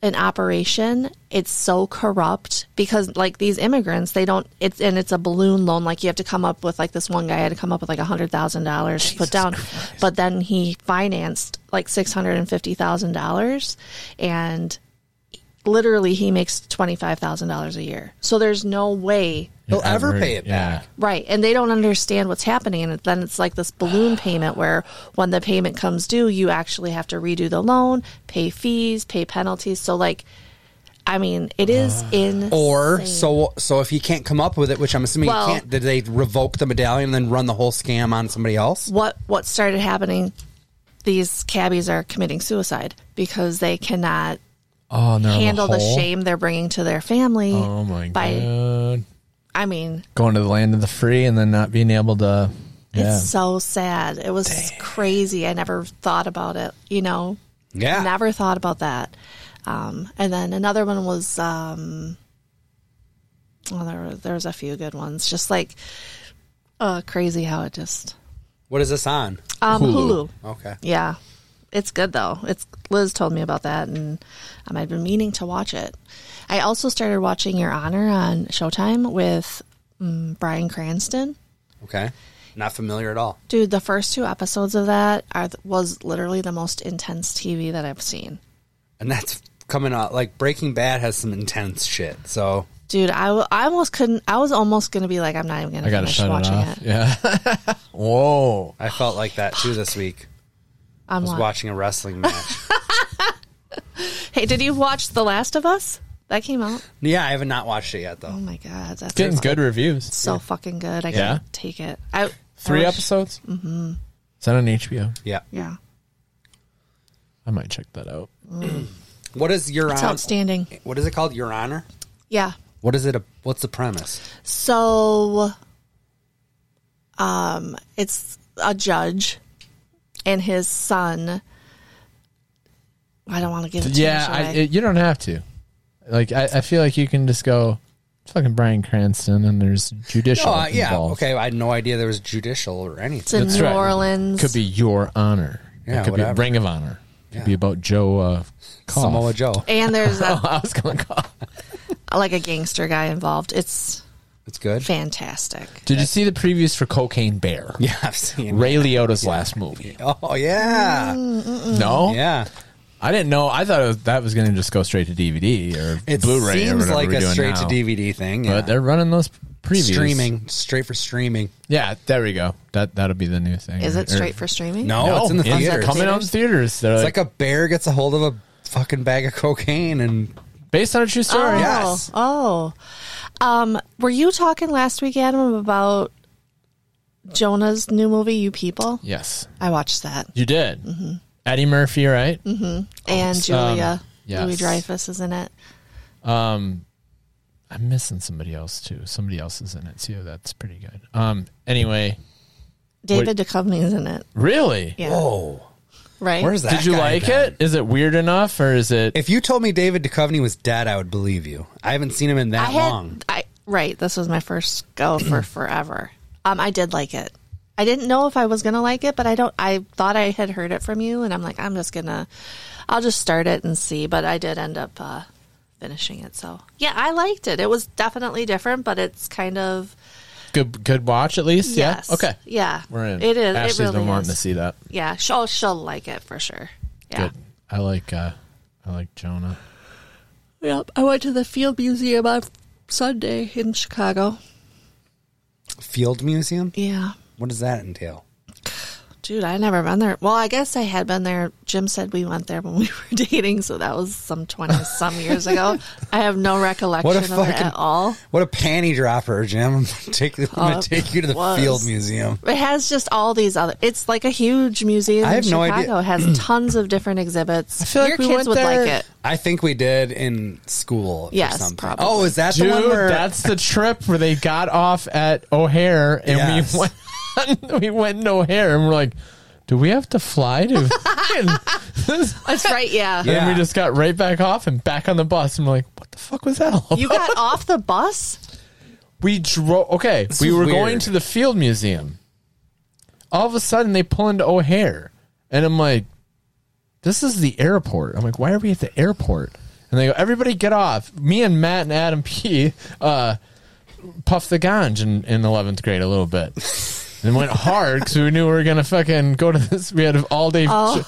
S3: an operation it's so corrupt because like these immigrants they don't it's and it's a balloon loan like you have to come up with like this one guy had to come up with like a hundred thousand dollars to put down but then he financed like six hundred and fifty thousand dollars and literally he makes twenty five thousand dollars a year so there's no way
S1: They'll
S2: I've
S1: ever
S2: heard-
S1: pay it
S2: yeah.
S1: back.
S3: Right. And they don't understand what's happening. And then it's like this balloon payment where when the payment comes due, you actually have to redo the loan, pay fees, pay penalties. So, like, I mean, it is in.
S1: Or so so if he can't come up with it, which I'm assuming
S3: Well-
S1: he can't, did they revoke the medallion and then run the whole scam on somebody else?
S3: what, what started happening, these cabbies are committing suicide because they cannot
S2: Oh, no.
S3: handle the shame they're bringing to their family.
S2: Oh, my
S3: by-
S2: God.
S3: I mean,
S2: Going to the land of the free and then not being able to. Yeah.
S3: it's so sad. It was crazy. I never thought about it, you know?
S1: Yeah.
S3: Never thought about that. Um, and then another one was, um, oh, well, there were, there was a few good ones. Just like uh, crazy how it just
S1: What is this on?
S3: Um,
S2: Hulu.
S3: Hulu.
S1: Okay.
S3: Yeah, it's good though. It's Liz told me about that, and um, I've been meaning to watch it. I also started watching Your Honor on Showtime with um, Brian Cranston.
S1: Okay. Not familiar at all.
S3: Dude, the first two episodes of that are was literally the most intense TV that I've seen.
S1: And that's coming out like Breaking Bad has some intense shit. So
S3: Dude, I, w- I almost couldn't. I was almost gonna be like, I'm not even gonna
S2: I gotta
S3: finish
S2: shut it
S3: watching
S2: off.
S3: it.
S2: Yeah. Whoa.
S1: I felt like that too this week. I
S3: I'm
S1: was
S3: wa-
S1: watching a wrestling match.
S3: Hey, did you watch The Last of Us? That came out.
S1: yeah, I haven't not watched it yet though.
S3: Oh my god, that's
S2: Getting good reviews.
S3: So fucking good. I
S2: Yeah?
S3: can't take it. I,
S2: Three
S3: I wish-
S2: episodes. Mm-hmm. Is that on HBO?
S1: Yeah.
S3: Yeah,
S2: I might check that out.
S1: What is your
S3: it's
S1: honor?
S3: outstanding.
S1: What is it called? Your honor?
S3: Yeah.
S1: What is it? A, what's the premise?
S3: So, um, it's a judge and his son. I don't want to give it. Too
S2: Yeah,
S3: much
S2: I,
S3: away.
S2: it, you don't have to. Like, I, I feel like you can just go "It's fucking Brian Cranston, and there's judicial.
S1: Oh, uh, yeah.
S2: involved.
S1: Okay. I had no idea there was judicial or
S3: it's
S1: anything.
S3: in
S2: That's
S3: New
S2: right.
S3: Orleans.
S2: Could be your honor.
S1: Yeah,
S2: it could
S1: whatever.
S2: be Ring of Honor. Could
S1: Yeah.
S2: be about Joe uh, Cough.
S1: Samoa Joe.
S3: And there's
S2: Oh,
S3: a,
S2: I was going to call.
S3: like a gangster guy involved. It's
S1: It's good.
S3: fantastic.
S2: Did you see the previews for Cocaine Bear?
S1: Yeah, I've seen.
S2: Ray Liotta's last movie.
S1: Oh yeah,
S2: No,
S1: yeah.
S2: I didn't know. I thought it was, that was going to just go straight to DVD or
S1: It
S2: Blu-ray. or
S1: seems
S2: whatever
S1: like
S2: we're
S1: a
S2: doing
S1: straight
S2: now.
S1: to DVD thing, yeah.
S2: but they're running those previews.
S1: streaming straight for streaming.
S2: Yeah, there we go. That that'll be the new thing.
S3: Is it
S2: Or-
S3: straight for streaming?
S1: No,
S2: No,
S1: it's in the theater.
S3: theaters.
S2: coming out in theaters. They're
S1: It's
S2: like,
S1: like a bear gets a hold of a fucking bag of cocaine, and
S2: based on a true
S3: Oh,
S2: story.
S1: Yes.
S3: oh. Um, were you talking last week, Adam, about Jonah's new movie, You People?
S2: Yes,
S3: I watched that.
S2: you did.
S3: Mm-hmm.
S2: Eddie Murphy, right?
S3: and Julia.
S2: yes.
S3: Louis Dreyfus is in it.
S2: I'm missing somebody else too. Somebody else is in it too. That's pretty good. Um. Anyway,
S3: David Duchovny is in it.
S2: really,
S3: Yeah.
S1: whoa,
S3: Right?
S1: where's that?
S2: did you
S1: guy
S2: like
S1: been?
S2: it? Is it weird enough, or is it?
S1: If you told me David Duchovny was dead, I would believe you. I haven't seen him in that
S3: I had
S1: long.
S3: I right, this was my first go for forever. Um I did like it. I didn't know if I was going to like it, but I don't I thought I had heard it from you and I'm like I'm just going to I'll just start it and see, but I did end up uh finishing it. So, yeah, I liked it. It was definitely different, but it's kind of
S2: good good watch at least.
S3: yes.
S2: Yeah. Okay.
S3: Yeah.
S2: We're in.
S3: It is.
S2: Ashley's
S3: it really
S2: been wanting
S3: is.
S2: to see that.
S3: Yeah, she'll she'll like it for sure. Yeah.
S2: Good. I like uh I like Jonah.
S3: Yep, I went to the Field Museum on Sunday in Chicago.
S1: Field Museum.
S3: Yeah.
S1: What does that entail?
S3: Dude, I never been there. Well, I guess I had been there. Jim said we went there when we were dating, so that was some 20 some years ago. I have no recollection of it
S1: fucking-
S3: at all.
S1: What a panty dropper, Jim! I'm gonna take, I'm gonna
S3: Oh,
S1: take you to the
S3: was.
S1: Field Museum.
S3: It has just all these other. It's like a huge museum.
S1: I have
S3: in
S1: no idea.
S3: Chicago. It has tons of different exhibits. I
S2: feel like
S3: Your
S2: we
S3: kids
S2: went
S3: would
S2: there-
S3: like it.
S1: I think we did in school.
S3: Yes,
S1: or something.
S3: probably.
S1: Oh, is that
S2: Dude,
S1: the one where
S2: that's the trip where they got off at O'Hare and
S1: Yes.
S2: we went we went to O'Hare and we're like, do we have to fly to and
S3: That's right. Yeah.
S1: Yeah.
S2: we just got right back off and back on the bus and we're like, what the fuck was that all about?
S3: You got off the bus?
S2: we drove okay, we
S1: is
S2: were
S1: weird.
S2: going to the field museum. All of a sudden they pull into O'Hare and I'm like, this is the airport. I'm like, why are we at the airport? And they go, everybody get off. Me and Matt and Adam P. Uh, puffed the ganj in, in 11th grade a little bit and went hard because we knew we were going to fucking go to this. We had all day. Oh.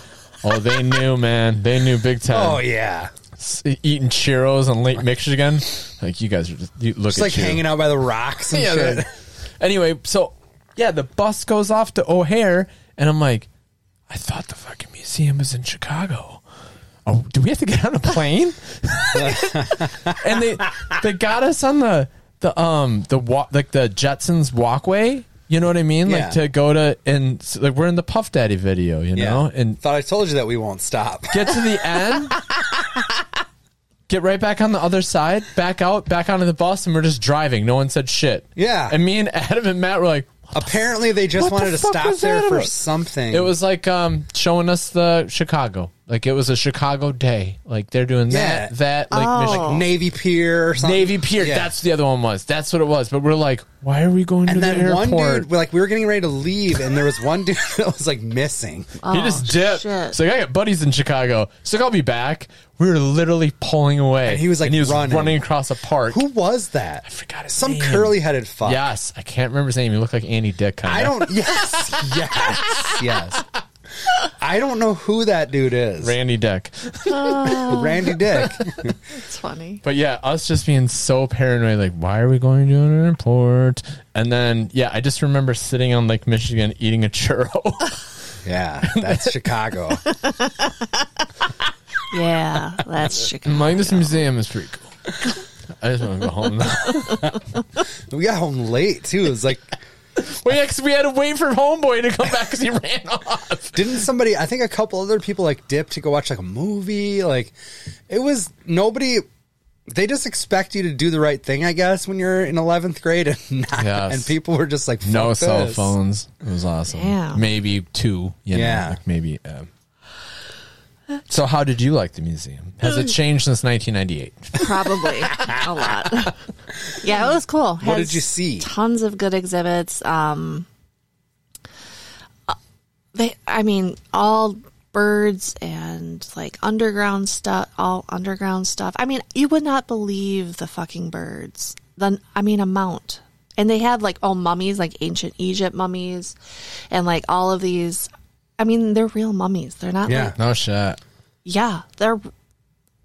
S2: they knew, man. They knew big time.
S1: Oh yeah,
S2: S- Eating churros on Lake Michigan. Like, you guys are just, you look
S1: just
S2: at
S1: like
S2: you.
S1: hanging out by the rocks and
S2: Yeah,
S1: shit.
S2: the- Anyway, so yeah, the bus goes off to O'Hare, and I'm like, I thought the fucking museum was in Chicago. Oh, do we have to get on a plane? and they they got us on the the um the wa- like the Jetsons walkway. You know what I mean?
S1: Yeah.
S2: Like to go to and so, like we're in the Puff Daddy video, you know, and
S1: thought I told you that we won't stop.
S2: get to the end. Get right back on the other side, back out, back onto the bus, and we're just driving. No one said shit.
S1: Yeah.
S2: And me and Adam and Matt were like,
S1: Apparently, they just
S2: What the
S1: wanted to
S2: fuck
S1: stop
S2: was
S1: there
S2: that
S1: for
S2: about?
S1: something.
S2: It was like um, showing us the Chicago. Like it was a Chicago day. Like they're doing
S1: Yeah.
S2: that, that, like
S3: Oh.
S2: Michigan.
S1: Navy Pier or something.
S2: Navy Pier.
S1: Yeah.
S2: That's the other one was. That's what it was. But we're like, why are we going to
S1: and
S2: the
S1: then
S2: airport?
S1: one dude, like we were getting ready to leave, and there was one dude that was like missing.
S2: he just dipped.
S3: shit.
S2: So I got buddies in Chicago. So I'll be back. We were literally pulling away.
S1: And he was, like,
S2: he was running.
S1: running.
S2: across a park.
S1: Who was that? I
S2: forgot his
S1: Some
S2: name.
S1: curly-headed fuck.
S2: Yes, I can't remember his name. He looked like Andy Dick. Kind of.
S1: I don't. Yes, yes, yes. I don't know who that dude is.
S2: Randy Dick.
S1: Randy Dick.
S3: It's funny.
S2: But yeah, us just being so paranoid, like, why are we going to an airport? And then, yeah, I just remember sitting on Lake Michigan eating a churro.
S1: Yeah, that's Chicago.
S3: Yeah, that's Chicago.
S2: Mind this museum is pretty cool. I just want to go home now.
S1: We got home late too. It was like,
S2: well, yeah, 'cause we had to wait for Homeboy to come back because he ran off.
S1: didn't somebody? I think a couple other people like dipped to go watch like a movie. Like, it was nobody. They just expect you to do the right thing, I guess, when you're in eleventh grade, and not,
S2: Yes.
S1: and people were just like, Fuck
S2: No cell
S1: this.
S2: phones. It was awesome.
S3: Damn.
S2: Maybe two. You
S1: Yeah.
S2: Know, like maybe. Um, so, how did you like the museum? Has it changed since 1998?
S3: Probably a lot. Yeah, it was cool.
S1: What
S3: Has
S1: did you see?
S3: Tons of good exhibits. Um, uh, they, I mean, all birds and like underground stuff. All underground stuff. I mean, you would not believe the fucking birds. Then I mean, amount. And they have like all mummies, like ancient Egypt mummies, and like all of these. I mean, they're real mummies. They're not
S1: Yeah.
S3: like
S2: No shit.
S3: Yeah, they're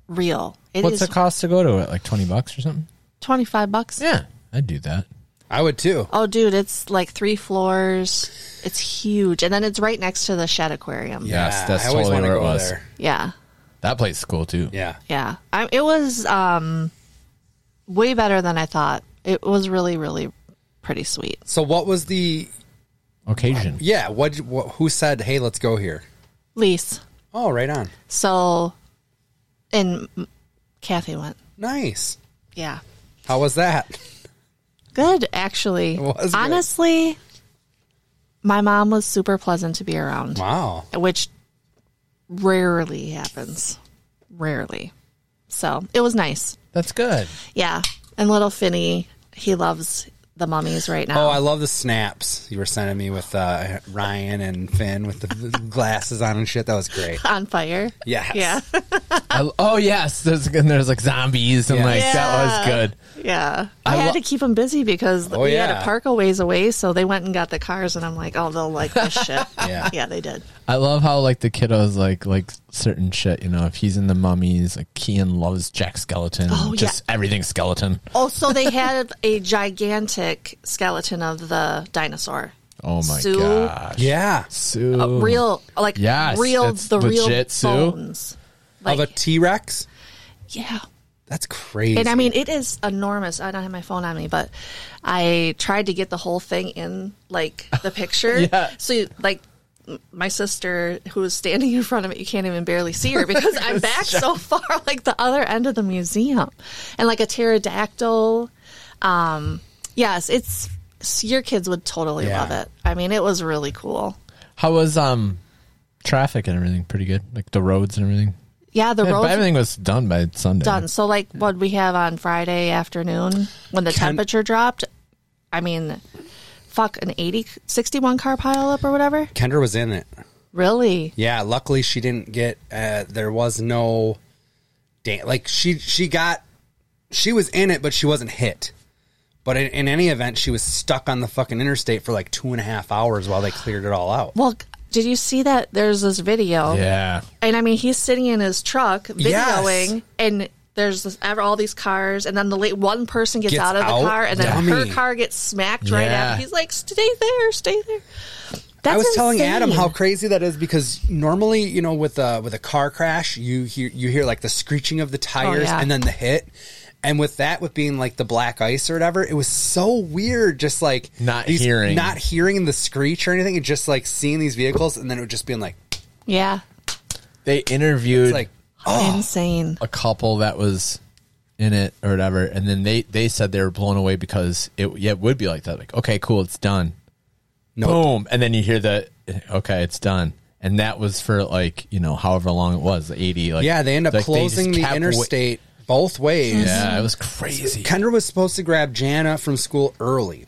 S3: real. It is
S2: What's the cost to go to it? Like 20 bucks or something?
S3: 25 bucks.
S2: Yeah, I'd do that.
S1: I would too.
S3: Oh, dude, it's like three floors. It's huge. And then it's right next to the Shed Aquarium. Yeah.
S2: Yes, that's
S1: I always
S2: totally
S1: wanna
S2: where it
S1: go
S2: was.
S1: there.
S3: Yeah.
S2: That place is cool too.
S1: Yeah,
S3: yeah. I, it was um, way better than I thought. It was really, really pretty sweet.
S1: So what was the
S2: Occasion.
S1: yeah? What, what who said? Hey, let's go here.
S3: Lise.
S1: Oh, right on.
S3: So, and Kathy went.
S1: Nice.
S3: Yeah.
S1: How was that?
S3: Good, actually.
S1: was good.
S3: Honestly, my mom was super pleasant to be around.
S1: Wow.
S3: which rarely happens. Rarely. So it was nice.
S2: That's good.
S3: Yeah. And little Finny, he loves the mummies right
S1: Oh,
S3: now.
S1: I love the snaps you were sending me with uh, Ryan and Finn with the glasses on and shit. That was great.
S3: on fire.
S1: Yes.
S3: Yeah. Uh,
S2: I, oh yes, there's and there's like zombies and
S1: Yeah.
S2: like that was
S3: Yeah.
S2: good.
S3: Yeah. I,
S2: I
S3: had
S2: lo-
S3: to keep them busy because
S1: Oh,
S3: we had
S1: yeah.
S3: to park a ways away. So they went and got the cars, and I'm like, oh, they'll like this shit.
S1: Yeah.
S3: Yeah, they did.
S2: I love how like the kiddos like like certain shit. You know, if he's in the mummies, like Kean loves Jack Skeleton,
S3: Oh,
S2: just everything skeleton.
S3: Oh, so they had a gigantic skeleton of the dinosaur.
S2: Oh my
S3: Sue. Uh,
S2: gosh,
S1: Yeah.
S2: Sue,
S1: Oh.
S3: Real, like,
S2: Yes,
S3: real,
S2: it's
S3: the real
S2: legit, Sue.
S3: bones.
S1: of a
S3: Like,
S1: T Rex.
S3: yeah.
S1: That's crazy.
S3: And I mean, it is enormous. I don't have my phone on me, but I tried to get the whole thing in like the picture.
S2: Yeah.
S3: So you- like m- my sister who is standing in front of it, you can't even barely see her because I'm back so far, like the other end of the museum, and like a pterodactyl. Um, yes, it's s- your kids would totally
S1: Yeah.
S3: love it. I mean, it was really cool.
S2: How was um traffic and everything? Pretty good, like the roads and everything.
S3: Yeah, the
S2: Yeah, but
S3: roads
S2: everything was done by Sunday.
S3: done. So like what we have on Friday afternoon when the temperature dropped, I mean, fuck an 80 61 car pile up or whatever.
S1: Kendra was in it.
S3: Really?
S1: Yeah. Luckily, she didn't get. Uh, there was no. Da- like she she got. She was in it, but she wasn't hit. But in, in any event, she was stuck on the fucking interstate for like two and a half hours while they cleared it all out.
S3: Well, did you see that there's this video?
S2: Yeah,
S3: And I mean, he's sitting in his truck videoing
S1: Yes.
S3: and there's this, ever all these cars, and then the late one person gets,
S1: Gets
S3: out of the
S1: out?
S3: car, and then her
S1: Dummy.
S3: car gets smacked right
S2: Yeah.
S3: after. He's like, "Stay there, stay there." That's
S1: I was telling Adam
S3: insane.
S1: how crazy that is because normally, you know, with a with a car crash, you hear you hear like the screeching of the tires
S3: Oh, yeah.
S1: and then the hit. And with that, with being like the black ice or whatever, it was so weird. Just like
S2: Not hearing.
S1: not hearing the screech or anything, and just like seeing these vehicles, and then it would just being like,
S3: yeah,
S2: they interviewed
S1: like Oh.
S3: insane.
S2: a couple that was in it or whatever, and then they they said they were blown away because it yeah it would be like that. Like okay, cool, it's done.
S1: no,
S2: Boom, and then you hear the okay, it's done, and that was for like you know however long it was, the eighty. Like
S1: Yeah, they end up
S2: like, just
S1: closing the
S2: kept wa-
S1: interstate both ways.
S2: yeah, it was crazy.
S1: Kendra was supposed to grab Jana from school early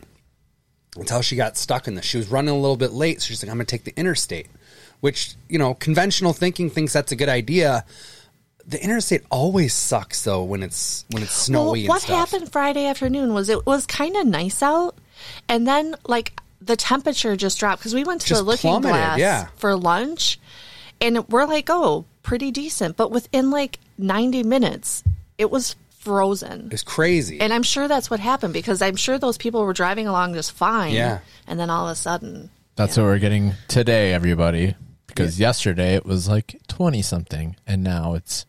S1: until she got stuck in this. She was running a little bit late, so she's like, I'm going to take the interstate, which, you know, conventional thinking thinks that's a good idea. The interstate always sucks though when it's when it's
S3: Well,
S1: snowy and
S3: what
S1: stuff.
S3: happened Friday afternoon was it was kind of nice out, and then like the temperature just dropped because we went to the
S1: Just
S3: Looking
S1: plummeted,
S3: Glass
S1: yeah.
S3: for lunch, and we're like, oh, pretty decent, but within like ninety minutes, it was frozen.
S1: It was crazy.
S3: And I'm sure that's what happened because I'm sure those people were driving along just fine.
S1: Yeah.
S3: And then all of a sudden,
S2: That's what we're getting today, everybody. Because yesterday it was like twenty something, and now it's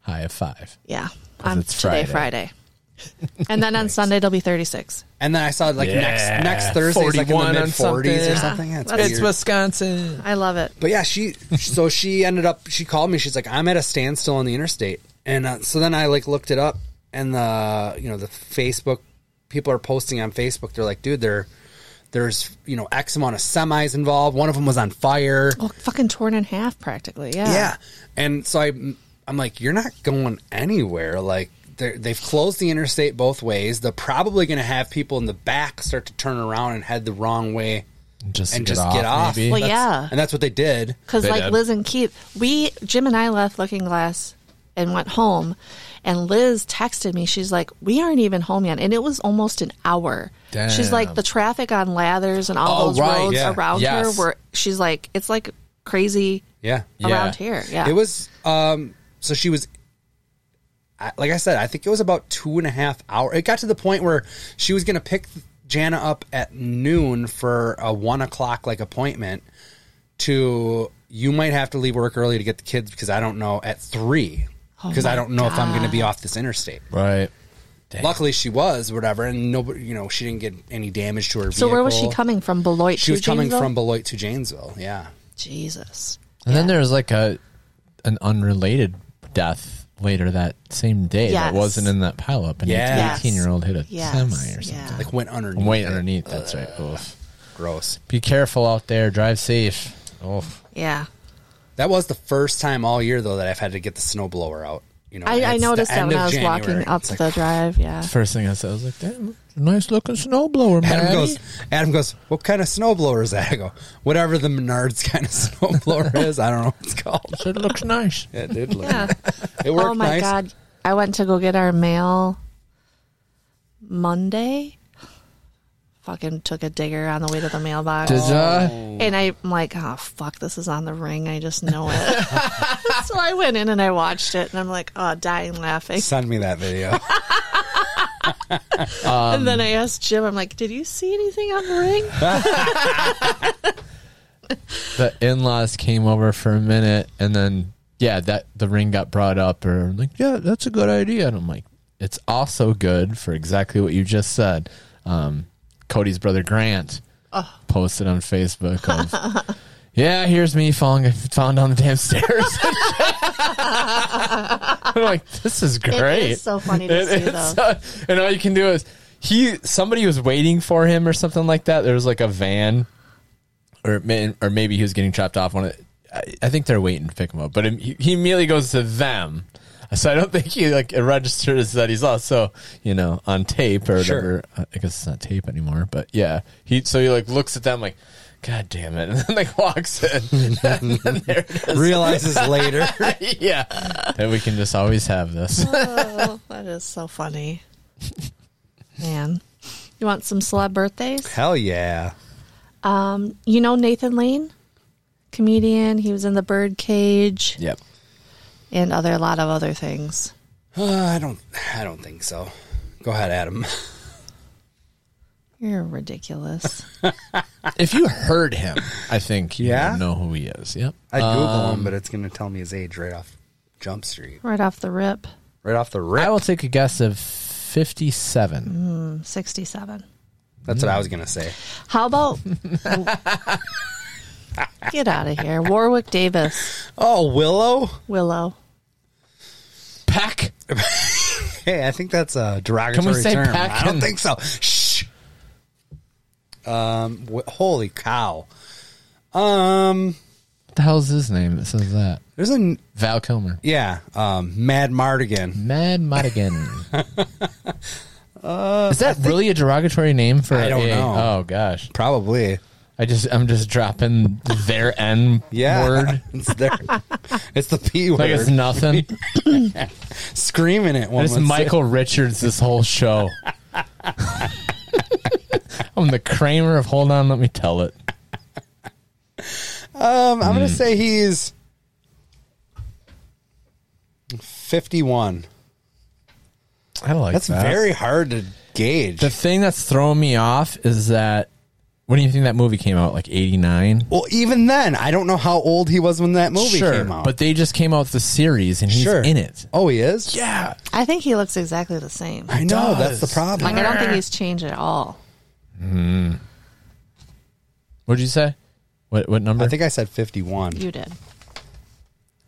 S2: high of five.
S3: yeah, on
S2: it's
S3: today,
S2: Friday.
S3: Friday. and then on Sunday, it'll be 36.
S1: and then I saw like
S2: Yeah,
S1: next next Thursday like in the
S2: 41
S1: mid
S2: on
S1: 40s or
S2: something.
S1: something. Yeah, it's
S3: That's
S1: weird.
S2: Wisconsin.
S3: I love it.
S1: But yeah, she so she ended up she called me. She's like, I'm at a standstill on the interstate, and uh, so then I like looked it up, and the you know the Facebook people are posting on Facebook. They're like, dude, there there's you know X amount of semis involved. One of them was on fire.
S3: Well, fucking torn in half practically. Oh, Yeah.
S1: Yeah, and so I I'm like, you're not going anywhere. Like they're- they've closed the interstate both ways. They're probably going to have people in the back start to turn around and head the wrong way.
S2: Just
S1: And
S2: get
S1: just
S2: off,
S1: get off.
S2: Maybe.
S3: Well,
S2: That's-
S3: yeah.
S1: And that's what they did.
S3: Because
S2: They
S3: like
S2: did.
S3: Liz and Keith, we Jim and I left Looking Glass and went home, and Liz texted me. She's like, "We aren't even home yet," and it was almost an hour. She's
S2: Damn.
S3: like, the traffic on Lathers and all
S2: Oh,
S3: those
S2: right,
S3: roads
S1: yeah.
S3: around
S2: Yes.
S3: here were. She's like, it's like crazy
S1: Yeah.
S2: Yeah.
S3: around here. Yeah,
S1: It was um so she was I- like I said, I think it was about two and a half hour. It got to the point where she was gonna pick Jana up at noon for a one o'clock like appointment to you might have to leave work early to get the kids because I don't know at three.
S3: Oh
S1: Because I
S3: my
S1: don't know if I'm gonna be off this interstate.
S2: Right.
S1: Luckily she was, whatever, and nobody you know, she didn't get any damage to her
S3: So where was she
S1: vehicle.
S3: coming from? Beloit.
S1: She
S3: to
S1: was coming
S3: Janesville?
S1: from Beloit to Janesville, yeah.
S3: Jesus.
S2: And then there's like a an unrelated death later that same day that
S3: Yes.
S2: wasn't in that pileup. An
S1: Yes.
S2: 18 year old hit a
S3: Yes.
S2: semi or
S3: Yeah.
S2: something.
S1: Like went underneath.
S2: Wait
S1: it.
S2: underneath. That's right. Oof.
S1: Gross.
S2: Be careful out there. Drive safe. Oh,
S3: Yeah.
S1: That was the first time all year though that I've had to get the snowblower out. You know,
S3: I, I
S1: it's the
S3: noticed that
S1: end
S3: when
S1: of
S3: I was
S1: January.
S3: walking out
S1: It's
S3: to
S1: like,
S3: the drive. Yeah.
S2: first thing I said, I was like, "Damn, nice looking snowblower, man."
S1: Adam goes. Adam goes. What kind of snowblower is that? I go. Whatever the Menards kind of snowblower is, I don't know what it's called.
S2: Said it looks nice.
S1: It did look.
S3: Yeah.
S1: It worked
S3: oh my
S1: nice.
S3: god! I went to go get our mail Monday. Fucking took a digger on the way to the mailbox,
S2: Did ya?
S3: and I'm like, "Oh fuck, this is on the ring. I just know it." so I went in and I watched it, and I'm like, "Oh, dying laughing."
S1: Send me that video.
S3: and
S2: Um,
S3: then I asked Jim, "I'm like, did you see anything on the ring?"
S2: the in-laws came over for a minute and then yeah that the ring got brought up or like yeah that's a good idea and i'm like it's also good for exactly what you just said um, cody's brother grant posted on facebook of yeah here's me falling falling down the damn stairs i'm like this is great
S3: It is so funny to
S2: It
S3: see
S2: is
S3: though.
S2: so- and all you can do is he somebody was waiting for him or something like that there was like a van or may- or maybe he was getting chopped off. One, of- I, I think they're waiting to pick him up, but im- he immediately goes to them. So I don't think he like registers that he's also you know on tape or
S1: Sure.
S2: whatever. I guess it's not tape anymore, but yeah, he so he like looks at them like, God damn it, and then like walks in. and then there it is.
S1: Realizes later.
S2: yeah, that we can just always have this.
S3: oh, that is so funny, man. You want some celeb birthdays?
S1: Hell yeah.
S3: Um, you know Nathan Lane, comedian. He was in The Birdcage
S2: yep.
S3: and other a lot of other things.
S1: Uh, I don't. I don't think so. Go ahead, Adam.
S3: You're ridiculous.
S2: If you heard him, I think you
S1: Yeah?
S2: would know who he is. Yep.
S1: I Google him, but it's going to tell me his age right off Jump Street,
S3: right off the rip,
S1: right off the
S2: I
S1: rip.
S2: will take a guess of fifty-seven.
S3: I'm 67.
S1: That's what I was going to say.
S3: How about get out of here, Warwick Davis,
S1: Oh, Willow.
S3: Willow.
S2: Peck.
S1: Hey, I think that's a derogatory
S2: Can we say
S1: term.
S2: pack
S1: I don't
S2: and-
S1: think so. Shh. Um. wh- holy cow. Um.
S2: the hell's his name? It says that
S1: There's a
S2: Val Kilmer,
S1: yeah, um, Mad Mardigan.
S2: Mad Madigan. Is that really a derogatory name for?
S1: Uh, I don't
S2: a-
S1: know.
S2: Oh gosh,
S1: Probably.
S2: I just I'm just dropping their N
S1: Yeah.
S2: word
S1: It's there. it's the P word.
S2: like it's nothing.
S1: Screaming it. One
S2: It's
S1: would say.
S2: Michael Richards this whole show. I'm the Kramer of Hold On, Let Me Tell It.
S1: Um, I'm gonna say he's fifty-one.
S2: I like
S1: That's
S2: that.
S1: very hard to gauge.
S2: the thing that's throwing me off is that when do you think that movie came out? Like '89.
S1: well, even then, I don't know how old he was when that movie
S2: Sure,
S1: came out.
S2: but they just came out with the series, and he's
S1: sure,
S2: in it.
S1: Oh, he is.
S2: Yeah,
S3: I think he looks exactly the same.
S1: I know. That's the
S2: does.
S1: problem.
S3: Like I don't think he's changed at all.
S2: What'd you say? What what number?
S1: I think I said fifty-one.
S3: You did.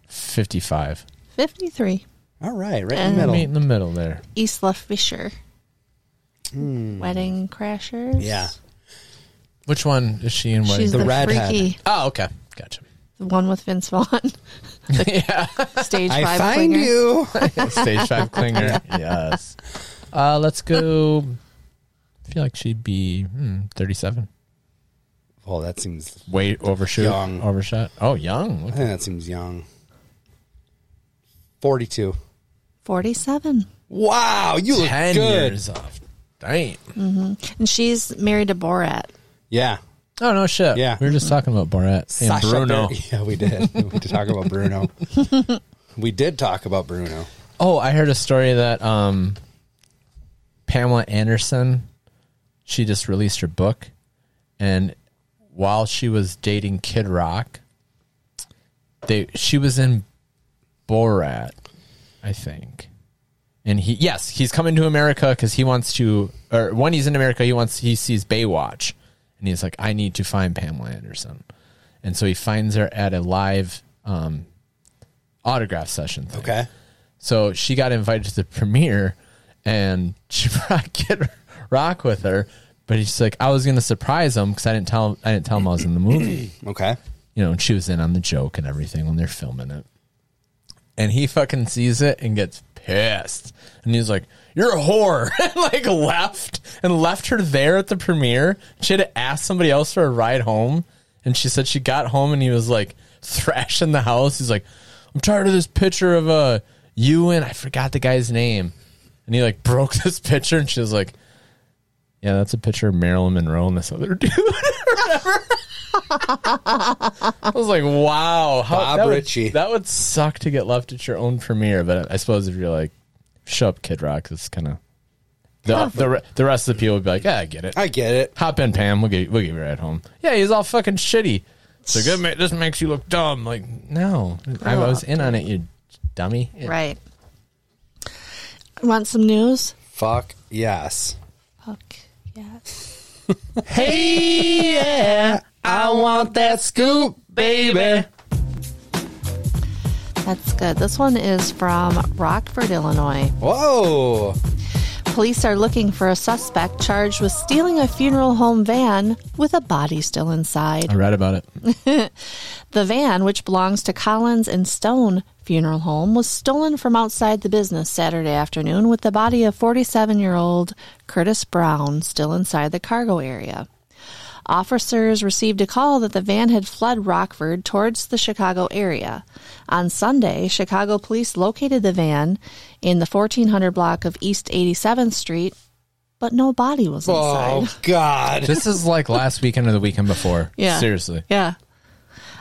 S2: fifty five.
S3: 53.
S1: All right, right in
S3: And-
S1: the middle.
S2: Meet in the middle there.
S3: Isla Fisher. Wedding Crashers.
S1: Hmm. yeah,
S2: Which one is she in? What?
S3: She's the,
S1: redhead.
S3: freaky.
S2: oh, okay, gotcha.
S3: The one with Vince Vaughn.
S2: yeah,
S3: Stage
S1: I
S3: five
S1: find
S3: clinger.
S1: you.
S2: stage five clinger. yes. Uh, let's go. I feel like she'd be hmm, thirty seven.
S1: oh, that seems
S2: Way overshoot.
S1: Young.
S2: Overshot. Oh, young.
S1: eh, that seems young. Forty-two.
S3: 47.
S1: Wow, you look
S2: Ten
S1: good.
S2: years off. Dang.
S3: And she's married to Borat.
S1: Yeah,
S2: Oh no shit.
S1: Yeah.
S2: We were just talking about Borat and
S1: Sasha
S2: Bruno.
S1: Bar- yeah, we did. we did talk about Bruno. we did talk about Bruno.
S2: Oh, I heard a story that um, Pamela Anderson, she just released her book, and while she was dating Kid Rock, they she was in Borat, I think, and he yes he's coming to America because he wants to or when he's in America he wants he sees Baywatch, and he's like I need to find Pamela Anderson, and so he finds her at a live um, autograph session. Thing.
S1: Okay.
S2: So she got invited to the premiere and she brought Kid Rock with her. But he's like, I was gonna surprise him because I didn't tell I didn't tell him I was in the movie.
S1: Okay.
S2: You know, and she was in on the joke and everything when they're filming it. And he fucking sees it and gets pissed. And he's like, You're a whore and like left and left her there at the premiere. She had to ask somebody else for a ride home. And she said she got home and he was like thrashing the house. He's like, I'm tired of this picture of uh you and I forgot the guy's name. And he like broke this picture and she was like, Yeah, that's a picture of Marilyn Monroe and this other dude or whatever. I was like, wow. How,
S1: Bob
S2: that would-
S1: Ritchie.
S2: that would suck to get left at your own premiere, but I suppose if you're like, shut up, Kid Rock, it's kind of the, the re- the rest of the people would be like, yeah, I get it.
S1: I get it.
S2: Hop in, Pam. We'll get we'll get you right home. Yeah, he's all fucking shitty. So good. Ma- this makes you look dumb. Like no, I
S3: Grow
S2: was
S3: up,
S2: in on it, you dummy.
S3: Right. Want some news?
S1: Fuck yes.
S3: Fuck. Yes.
S2: Hey, yeah, I want that scoop, baby.
S3: That's good. This one is from Rockford, Illinois.
S1: Whoa.
S3: Police are looking for a suspect charged with stealing a funeral home van with a body still inside.
S2: I read about it.
S3: The van, which belongs to Collins and Stone Funeral Home, was stolen from outside the business Saturday afternoon with the body of 47 year old Curtis Brown still inside the cargo area. Officers received a call that the van had fled Rockford towards the Chicago area. On Sunday, Chicago police located the van in the 1400 block of East 87th Street, but no body was inside.
S1: Oh God.
S2: This is like last weekend or the weekend before.
S3: Yeah.
S2: seriously.
S3: Yeah.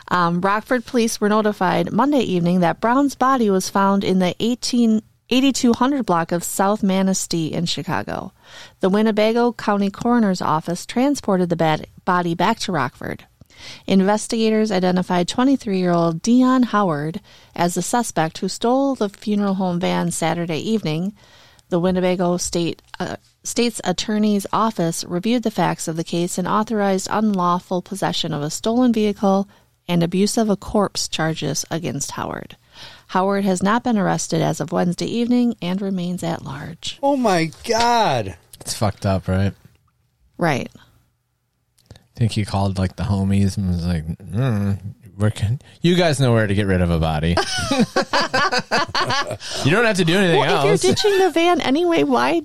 S3: Um, Rockford police were notified Monday evening that Brown's body was found in the 18, 8200 block of South Manistee in Chicago. The Winnebago County Coroner's Office transported the bad body back to Rockford. Investigators identified 23 year old Dion Howard as the suspect who stole the funeral home van Saturday evening. The Winnebago State uh, State's Attorney's Office reviewed the facts of the case and authorized unlawful possession of a stolen vehicle and abuse of a corpse charges against Howard. Howard has not been arrested as of Wednesday evening and remains at large.
S1: Oh my God.
S2: It's fucked up, right?
S3: Right.
S2: I think he called like the homies and was like, mm, "Where can you guys know where to get rid of a body? you don't have to do anything
S3: Well, if
S2: else."
S3: you're ditching the van anyway, why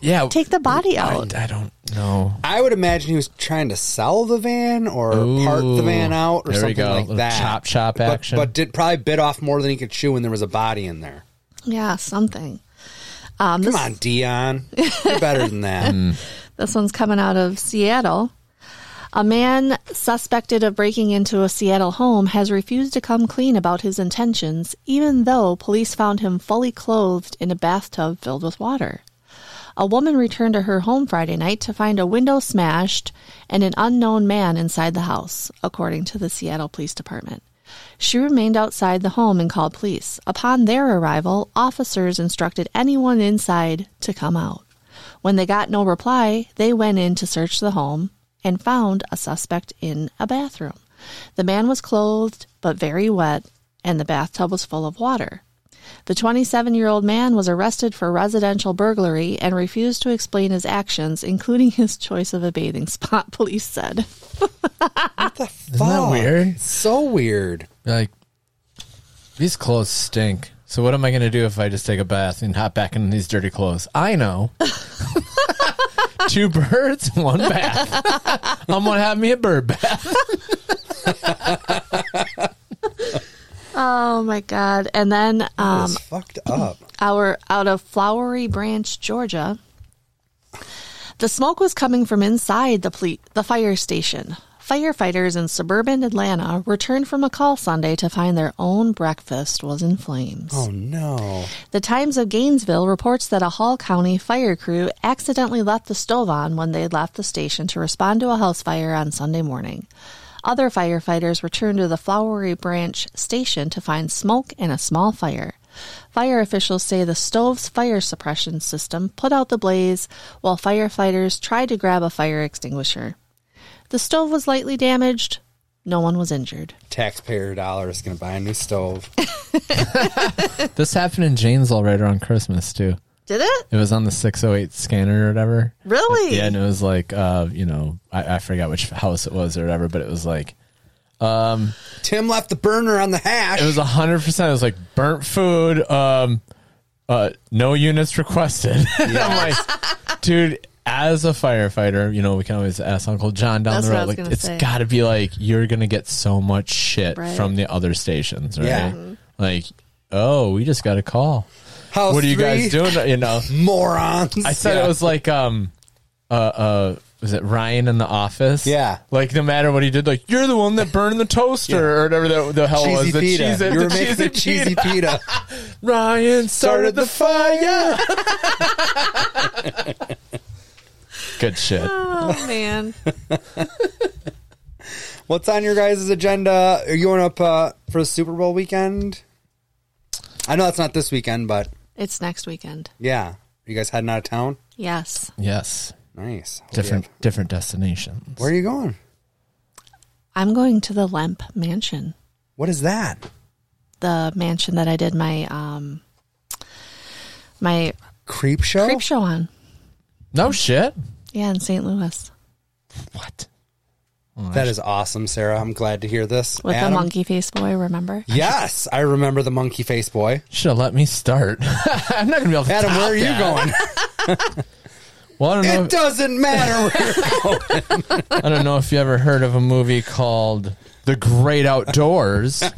S2: yeah,
S3: take the body
S2: I,
S3: out?
S2: I don't know.
S1: I would imagine he was trying to sell the van or part the van out or
S2: There we
S1: something
S2: go.
S1: like
S2: Little
S1: that.
S2: chop, chop
S1: But-
S2: action.
S1: But did probably bit off more than he could chew when there was a body in there.
S3: Yeah, something.
S1: Come
S3: Um, this,
S1: on, Dion. You're better than that.
S2: Hmm.
S3: this one's coming out of Seattle. A man suspected of breaking into a Seattle home has refused to come clean about his intentions, even though police found him fully clothed in a bathtub filled with water. A woman returned to her home Friday night to find a window smashed and an unknown man inside the house, according to the Seattle Police Department. She remained outside the home and called police. Upon their arrival, officers instructed anyone inside to come out. When they got no reply, they went in to search the home and found a suspect in a bathroom. The man was clothed but very wet, and the bathtub was full of water. The 27 year old man was arrested for residential burglary and refused to explain his actions, including his choice of a bathing spot, police said.
S2: Isn't that
S1: Fuck.
S2: weird?
S1: So weird.
S2: Like these clothes stink. So what am I going to do if I just take a bath and hop back in these dirty clothes? I know. Two birds, one bath. I'm gonna have me a bird bath.
S3: Oh my God. And then um,
S1: it's fucked up.
S3: our out of Flowery Branch, Georgia. The smoke was coming from inside the ple- the fire station. Firefighters in suburban Atlanta returned from a call Sunday to find their own breakfast was in flames.
S1: Oh no.
S3: The Times of Gainesville reports that a Hall County fire crew accidentally left the stove on when they left the station to respond to a house fire on Sunday morning. Other firefighters returned to the Flowery Branch station to find smoke and a small fire. Fire officials say the stove's fire suppression system put out the blaze while firefighters tried to grab a fire extinguisher. The stove was lightly damaged. No one was injured.
S1: Taxpayer dollars gonna buy a new stove.
S2: This happened in Janesville right around Christmas too.
S3: Did it?
S2: It was on the 608 scanner or whatever.
S3: Really?
S2: Yeah, and it was like, uh, you know, I, I forgot which house it was or whatever, but it was like,
S1: Tim left the burner on the hash.
S2: it was 100%. It was like burnt food, um, uh, no units requested. And I'm like, dude, as a firefighter, you know, we can always ask Uncle John down
S3: That's
S2: the
S3: what I
S2: road.
S3: was
S2: Like,
S3: gonna
S2: it's
S3: say.
S2: got to be like, you're going to get so much shit
S3: Right.
S2: from the other stations, right?
S1: Yeah.
S2: Like, oh, we just got a call.
S1: House
S2: what are you
S1: three,
S2: guys doing? You know,
S1: Morons.
S2: I said
S1: Yeah.
S2: it was like um uh uh was it Ryan in the office?
S1: Yeah.
S2: Like no matter what he did, like you're the one that burned the toaster or whatever the, the hell
S1: cheesy
S2: was the
S1: pita.
S2: cheese
S1: you were
S2: the
S1: making
S2: cheesy
S1: the cheesy
S2: pita.
S1: pita.
S2: Ryan started the fire. Good shit.
S3: Oh, man.
S1: What's on your guys' agenda? Are you going up uh, for the Super Bowl weekend? I know that's not this weekend, but
S3: it's next weekend.
S1: yeah. you guys heading out of town?
S3: Yes.
S2: Yes.
S1: Nice. Hope you
S2: Different
S1: have-
S2: different destinations.
S1: Where are you going?
S3: I'm going to the Lemp Mansion,
S1: What is that?
S3: the mansion that I did my um my
S1: Creep show?
S3: creep show on.
S2: No shit.
S3: Yeah, in St. Louis
S2: What?
S1: That is awesome, Sarah. I'm glad to hear this.
S3: with
S1: Adam?
S3: the monkey face boy. Remember?
S1: Yes, I remember the monkey face boy.
S2: Should have let me start. I'm not gonna be able to
S1: Adam, where
S2: top
S1: are you
S2: that.
S1: going?
S2: Well, I don't know.
S1: It doesn't matter. where you're going.
S2: I don't know if you ever heard of a movie called The Great Outdoors.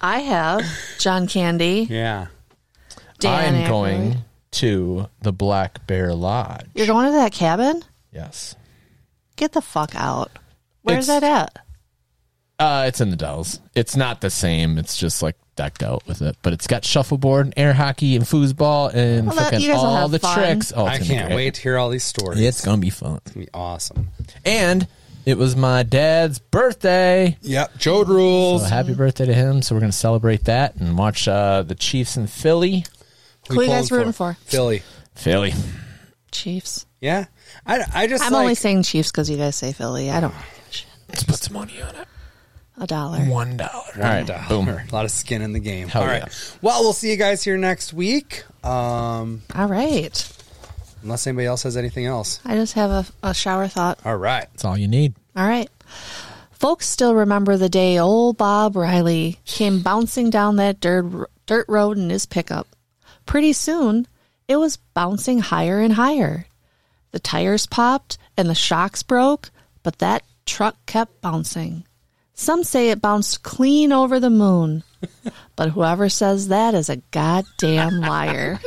S3: I have John Candy.
S1: yeah.
S3: Dan
S2: I'm
S3: Aykroyd.
S2: going to the Black Bear Lodge.
S3: You're going to that cabin?
S2: Yes.
S3: Get the fuck out! Where's
S2: It's-
S3: that at?
S2: Uh, it's in the Dells. It's not the same. It's just like decked out with it, but it's got shuffleboard and air hockey and foosball and
S3: Well, that-
S2: fucking
S3: you guys will
S2: all
S3: have
S2: the
S3: fun.
S2: tricks. Oh, it's
S1: I
S2: gonna be
S1: can't
S2: great.
S1: wait to hear all these stories.
S2: It's gonna be fun.
S1: It's gonna be awesome.
S2: And it was my dad's birthday.
S1: Yep. Jode rules.
S2: So happy birthday to him! So we're gonna celebrate that and watch uh, the Chiefs in Philly.
S1: Who
S3: Who you guys
S1: pulling
S3: rooting for?
S1: Philly.
S2: Philly.
S3: Chiefs.
S1: Yeah. I, I just
S3: I'm
S1: like,
S3: only saying Chiefs because you guys say Philly. I don't. give a shit.
S2: Let's put some money on it.
S3: A dollar.
S2: One dollar. All right,
S1: dollar.
S2: boom.
S1: A lot of skin in the game.
S2: Hell
S1: All right.
S2: yeah.
S1: Well, we'll see you guys here next week. Um,
S3: All right.
S1: unless anybody else has anything else.
S3: I just have a, a shower thought.
S1: All right.
S2: That's all you need.
S3: All All right. Folks still remember the day old Bob Riley came bouncing down that dirt, dirt road in his pickup. Pretty soon, it was bouncing higher and higher. The tires popped and the shocks broke, but that truck kept bouncing. Some say it bounced clean over the moon, but whoever says that is a goddamn liar.